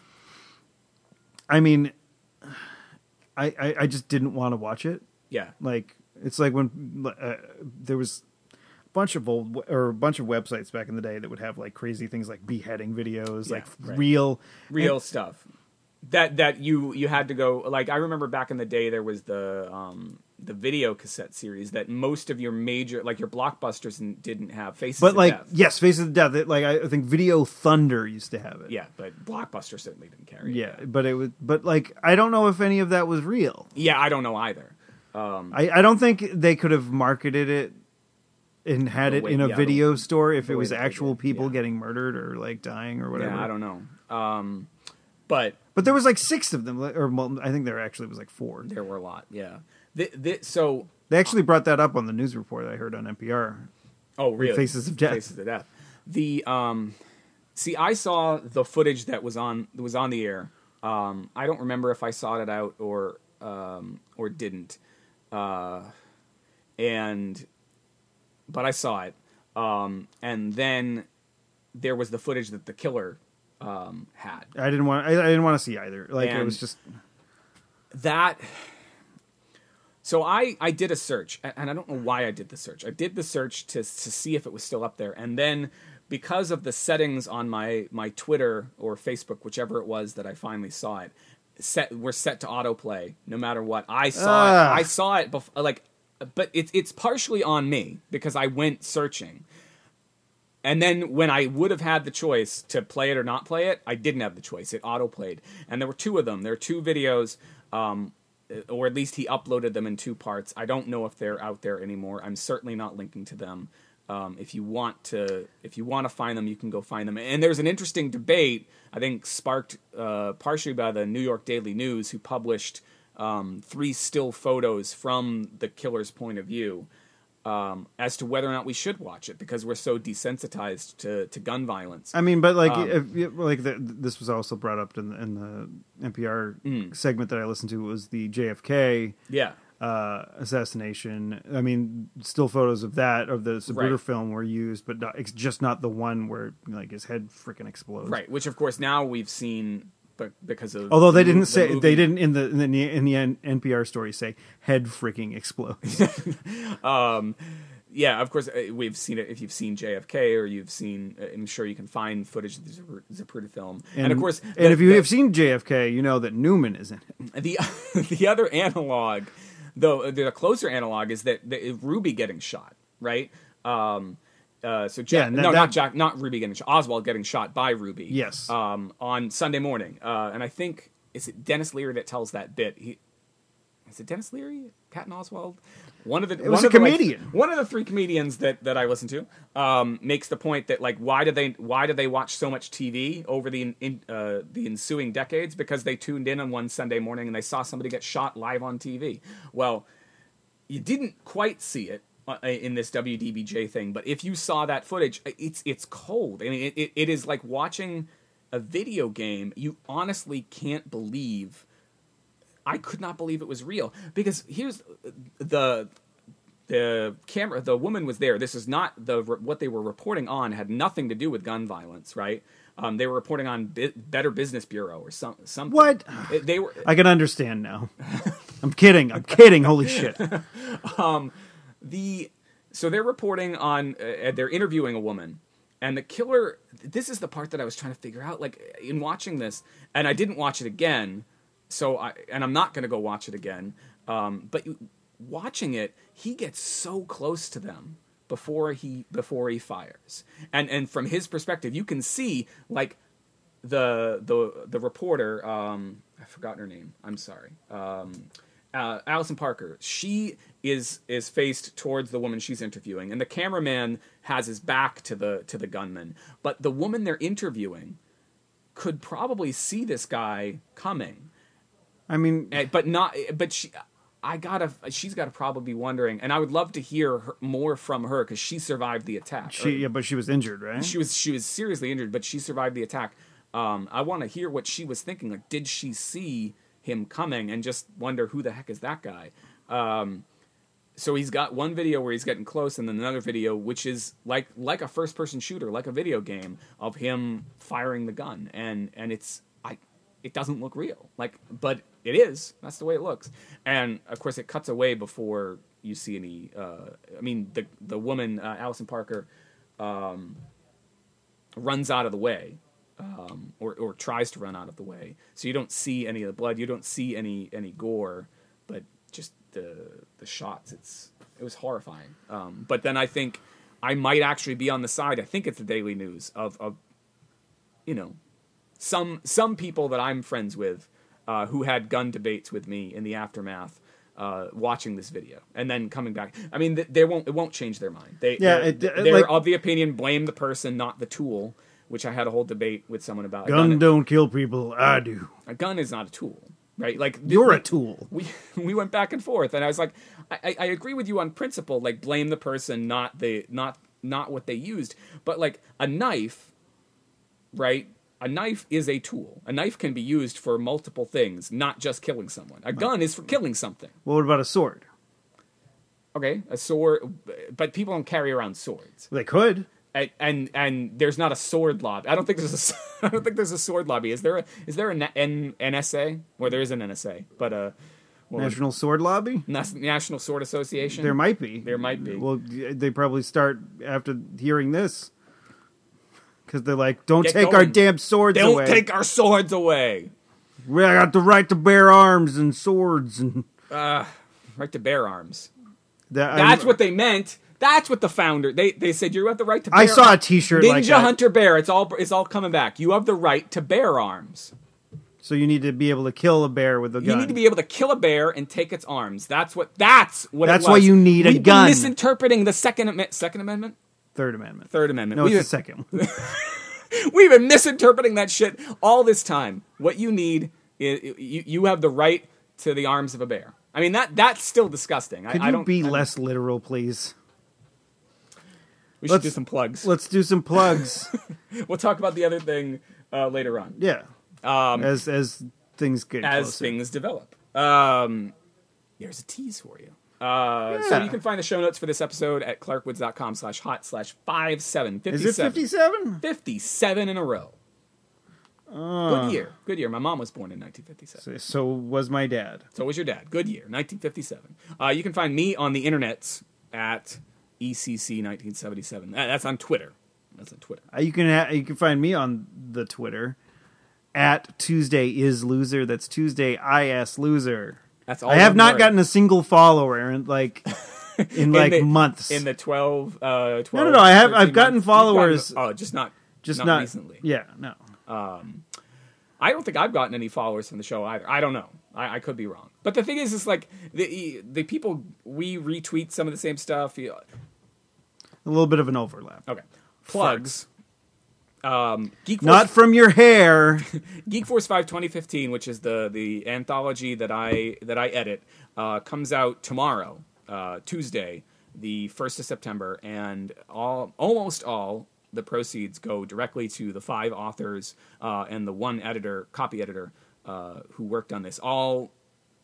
S2: I mean, I I, I just didn't want to watch it.
S1: yeah,
S2: Like, it's like when uh, there was a bunch of old or a bunch of websites back in the day that would have like crazy things like beheading videos,
S1: Yeah,
S2: like
S1: right.
S2: real
S1: real stuff that that you you had to go like i remember back in the day there was the um the video cassette series that most of your major like your blockbusters n- didn't have faces
S2: But
S1: of
S2: like,
S1: Death.
S2: yes, Face of the Death. It, like, I I think Video Thunder used to have it.
S1: yeah but blockbuster certainly didn't carry it.
S2: Yeah, but it was, but like, I don't know if any of that was real.
S1: yeah i don't know either um
S2: I, I don't think they could have marketed it and had
S1: The
S2: it
S1: way-
S2: in a
S1: yeah, the-
S2: video store if
S1: the
S2: it
S1: way
S2: was
S1: that they
S2: actual
S1: did,
S2: people
S1: yeah.
S2: getting murdered or like dying or whatever.
S1: yeah i don't know um but
S2: But there was like six of them, or well, I think there actually was like four.
S1: there were a lot yeah Th th so
S2: They actually brought that up on the news report I heard on NPR.
S1: Oh, really?
S2: Faces of Death.
S1: Faces of Death. The um, see, I saw the footage that was on that was on the air. Um, I don't remember if I sought it out or um, or didn't. Uh, and but I saw it. Um, and then there was the footage that the killer um, had.
S2: I didn't want. I, I didn't want to see either. Like it
S1: And-
S2: was just.
S1: that so I, I did a search a- and i don't know why i did the search i did the search to, to see if it was still up there and then because of the settings on my, my twitter or facebook whichever it was that i finally saw it set were set to autoplay no matter what i saw
S2: Ah.
S1: it i saw it before like but it's it's partially on me because i went searching and then when I would have had the choice to play it or not play it, I didn't have the choice. It auto played. And there were two of them. There are two videos, um, or at least he uploaded them in two parts. I don't know if they're out there anymore. I'm certainly not linking to them. Um, if you want to, if you want to find them, you can go find them. And there's an interesting debate, I think, sparked uh, partially by the New York Daily News, who published um, three still photos from the killer's point of view um, as to whether or not we should watch it because we're so desensitized to, to gun violence.
S2: I mean, but like,
S1: um,
S2: if, if- like the, this was also brought up in the, in the NPR
S1: Hmm.
S2: segment that I listened to was the JFK.
S1: yeah,
S2: uh, assassination. I mean, still photos of that of the Sabruder
S1: Right.
S2: film were used, but not, it's just not the one where like his head freaking explodes.
S1: right. Which of course now we've seen, but because of
S2: Although they
S1: the-
S2: didn't
S1: the
S2: say
S1: movie.
S2: they didn't in the in the, in the N- NPR story say head freaking explodes.
S1: Yeah, of course uh, we've seen it. If you've seen JFK or you've seen, uh, I'm sure you can find footage of the Zapru- Zapruder film. And, of course,
S2: and
S1: the-
S2: if you
S1: the-
S2: have seen JFK, you know that Newman is in it.
S1: the the other analog, though the closer analog is that the, Ruby getting shot, right? Um, uh, so Jack,
S2: Yeah, and
S1: no,
S2: that-
S1: not
S2: that-
S1: Jack, not Ruby getting shot. Oswald getting shot by Ruby.
S2: Yes.
S1: Um, on Sunday morning, uh, and I think is it Dennis Leary that tells that bit. He is it Dennis Leary, Patton Oswald, one of the
S2: was
S1: one
S2: a
S1: of the, like,
S2: comedian.
S1: one of the three comedians that that I listen to um, makes the point that like why do they why do they watch so much TV over the in, uh, the ensuing decades because they tuned in on one Sunday morning and they saw somebody get shot live on TV. Well, you didn't quite see it uh, in this WDBJ thing, but if you saw that footage, uh, it's it's cold. I mean, it, it, it is like watching a video game. You honestly can't believe. I could not believe it was real because here's the the camera the woman was there this is not the what they were reporting on had nothing to do with gun violence right um, they were reporting on Bi- better business bureau or some something
S2: What?
S1: It- they were
S2: I can understand now. I'm kidding. I'm kidding. Holy shit!
S1: the so they're reporting on uh, they're interviewing a woman and the killer this is the part that i was trying to figure out like in watching this and i didn't watch it again so i and i'm not going to go watch it again um, but you- watching it he gets so close to them before he before he fires and and from his perspective you can see like the the the reporter um i've forgotten her name i'm sorry um uh, Allison Parker, she is is faced towards the woman she's interviewing, and the cameraman has his back to the to the gunman. But the woman they're interviewing could probably see this guy coming,
S2: I mean,
S1: Eh, but not. But she, I gotta. She's gotta probably be wondering, and I would love to hear her, more from her because she survived the attack.
S2: she yeah, but she was injured, right?
S1: she was she was seriously injured, but she survived the attack. Um, I want to hear what she was thinking. Like, did she see him coming and just wonder who the heck is that guy? Um, so he's got one video where he's getting close, and then another video which is like like a first person shooter, like a video game of him firing the gun, and and it's I it doesn't look real, like but it is. That's the way it looks, and of course it cuts away before you see any. Uh, I mean the the woman uh, Allison Parker runs out of the way um, or, or tries to run out of the way. So you don't see any of the blood. You don't see any any gore, but just the the shots. It's it was horrifying. Um, but then I think I might actually be on the side. I think it's the Daily News of of you know some some people that I'm friends with uh, who had gun debates with me in the aftermath. Uh, watching this video and then coming back, I mean, th- they won't. It won't change their mind. They,
S2: Yeah,
S1: they're,
S2: it- it-
S1: they're
S2: like-
S1: of the opinion blame the person, not the tool, which I had a whole debate with someone about. A
S2: Gun
S1: gun,
S2: don't kill people. I do.
S1: a gun is not a tool, right? Like th-
S2: You're a tool.
S1: we we went back and forth, and I was like, I, I, I agree with you on principle. Like blame the person, not the not not what they used, but like a knife, right? A knife is a tool. A knife can be used for multiple things, not just killing someone. A gun is for killing something.
S2: Well, what about a sword?
S1: Okay, a sword, but people don't carry around swords.
S2: They could.
S1: and and, and there's not a sword lobby. I don't think there's a s- I don't think there's a sword lobby. Is there a is there an N- NSA? Well, there is an NSA, but uh, well,
S2: National Sword Lobby.
S1: Nas- National Sword Association.
S2: There might be.
S1: There might be.
S2: Well, they probably start after hearing this because they're like, "Don't
S1: Get
S2: take our
S1: going.
S2: damn swords
S1: Don't
S2: away.
S1: take our swords away.
S2: we got the right to bear arms and swords." And
S1: Right to bear arms.
S2: that,
S1: That's
S2: I,
S1: what they meant. That's what the founder they they said. You have the right to. Bear
S2: I saw a
S1: arms.
S2: T-shirt
S1: Ninja
S2: like that.
S1: Hunter Bear. It's all it's all coming back. You have the right to bear arms.
S2: So you need to be able to kill a bear with a gun.
S1: You need to be able to kill a bear and take its arms. That's what. That's what. it
S2: That's
S1: was.
S2: why you need a
S1: We've been
S2: gun.
S1: misinterpreting the second Amendment. Second Amendment.
S2: Third Amendment.
S1: Third Amendment.
S2: No,
S1: We've
S2: it's
S1: been-
S2: the second. one.
S1: We've been misinterpreting that shit all this time. What you need, is, you, you have the right to the arms of a bear. I mean that that's still disgusting. I,
S2: Could
S1: I
S2: you
S1: don't
S2: be
S1: I-
S2: less literal, please?
S1: We should do
S2: let's-
S1: some plugs.
S2: Let's do some plugs.
S1: We'll talk about the other thing uh, later on
S2: yeah. Um, as as things get
S1: as
S2: closer.
S1: things develop. Um, there's a tease for you. Uh, So
S2: Yeah.
S1: you can find the show notes for this episode at clarkwoods.com slash hot slash five seven
S2: Is it
S1: 57.
S2: fifty-seven?
S1: 57 in a row.
S2: Uh.
S1: Good year. Good year. My mom was born in 1957.
S2: So was my dad.
S1: So was your dad. Good year, 1957. Uh, you can find me on the internets at E ECC1977. That- That's on Twitter. That's on Twitter.
S2: Uh, You can ha- you can find me on the Twitter at Tuesday is loser. That's Tuesday is loser.
S1: That's all.
S2: I have
S1: one
S2: not
S1: word.
S2: gotten a single follower in like in like
S1: the-
S2: months.
S1: in the 12. Uh, 12
S2: no, I have-
S1: 13
S2: I've
S1: months.
S2: gotten
S1: You've
S2: followers.
S1: oh, just not.
S2: just
S1: not,
S2: not,
S1: recently.
S2: Yeah, no.
S1: I don't think I've gotten any followers from the show either. I don't know. I, I could be wrong. But the thing is, is like the e, the people we retweet some of the same stuff. You-
S2: A little bit of an overlap.
S1: Okay, plugs. Um, Geek
S2: Not from your hair.
S1: Geek Force 5 2015, which is the the anthology that I that I edit, uh, comes out tomorrow, uh, Tuesday, the first of September, and all almost all the proceeds go directly to the five authors uh, and the one editor, copy editor, uh, who worked on this. All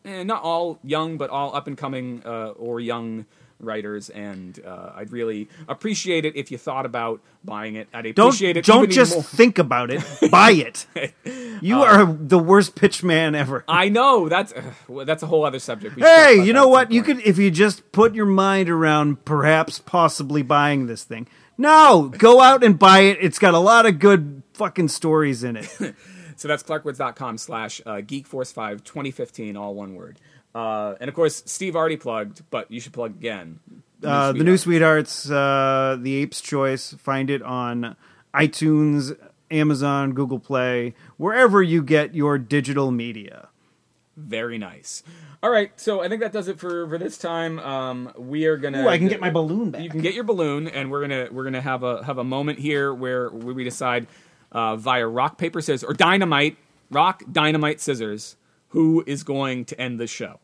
S1: eh, not all young, but all up and coming uh, or young writers and uh, I'd really appreciate it if you thought about buying it. I'd
S2: Don't
S1: appreciate it.
S2: don't
S1: even
S2: just
S1: more-
S2: think about it. Buy it. You are the worst pitch man ever.
S1: I know that's uh, well, that's a whole other subject. We should talk
S2: Hey,
S1: about
S2: you
S1: that
S2: know
S1: at
S2: what?
S1: some
S2: You
S1: point.
S2: could if you just put your mind around perhaps possibly buying this thing. No, go out and buy it. It's got a lot of good fucking stories in it. Uh,
S1: So that's clarkwoods.com slash uh, geekforce5 2015, all one word. Uh, and of course, Steve already plugged, but you should plug again.
S2: Uh, the New Sweethearts, uh, The Ape's Choice. Find it on iTunes, Amazon, Google Play, wherever you get your digital media.
S1: very nice. All right, so I think that does it for for this time. Um, we are gonna.
S2: Ooh, I can get my balloon back.
S1: You can get your balloon, and we're gonna we're gonna have a have a moment here where we decide uh, via rock paper scissors or dynamite rock dynamite scissors who is going to end this show.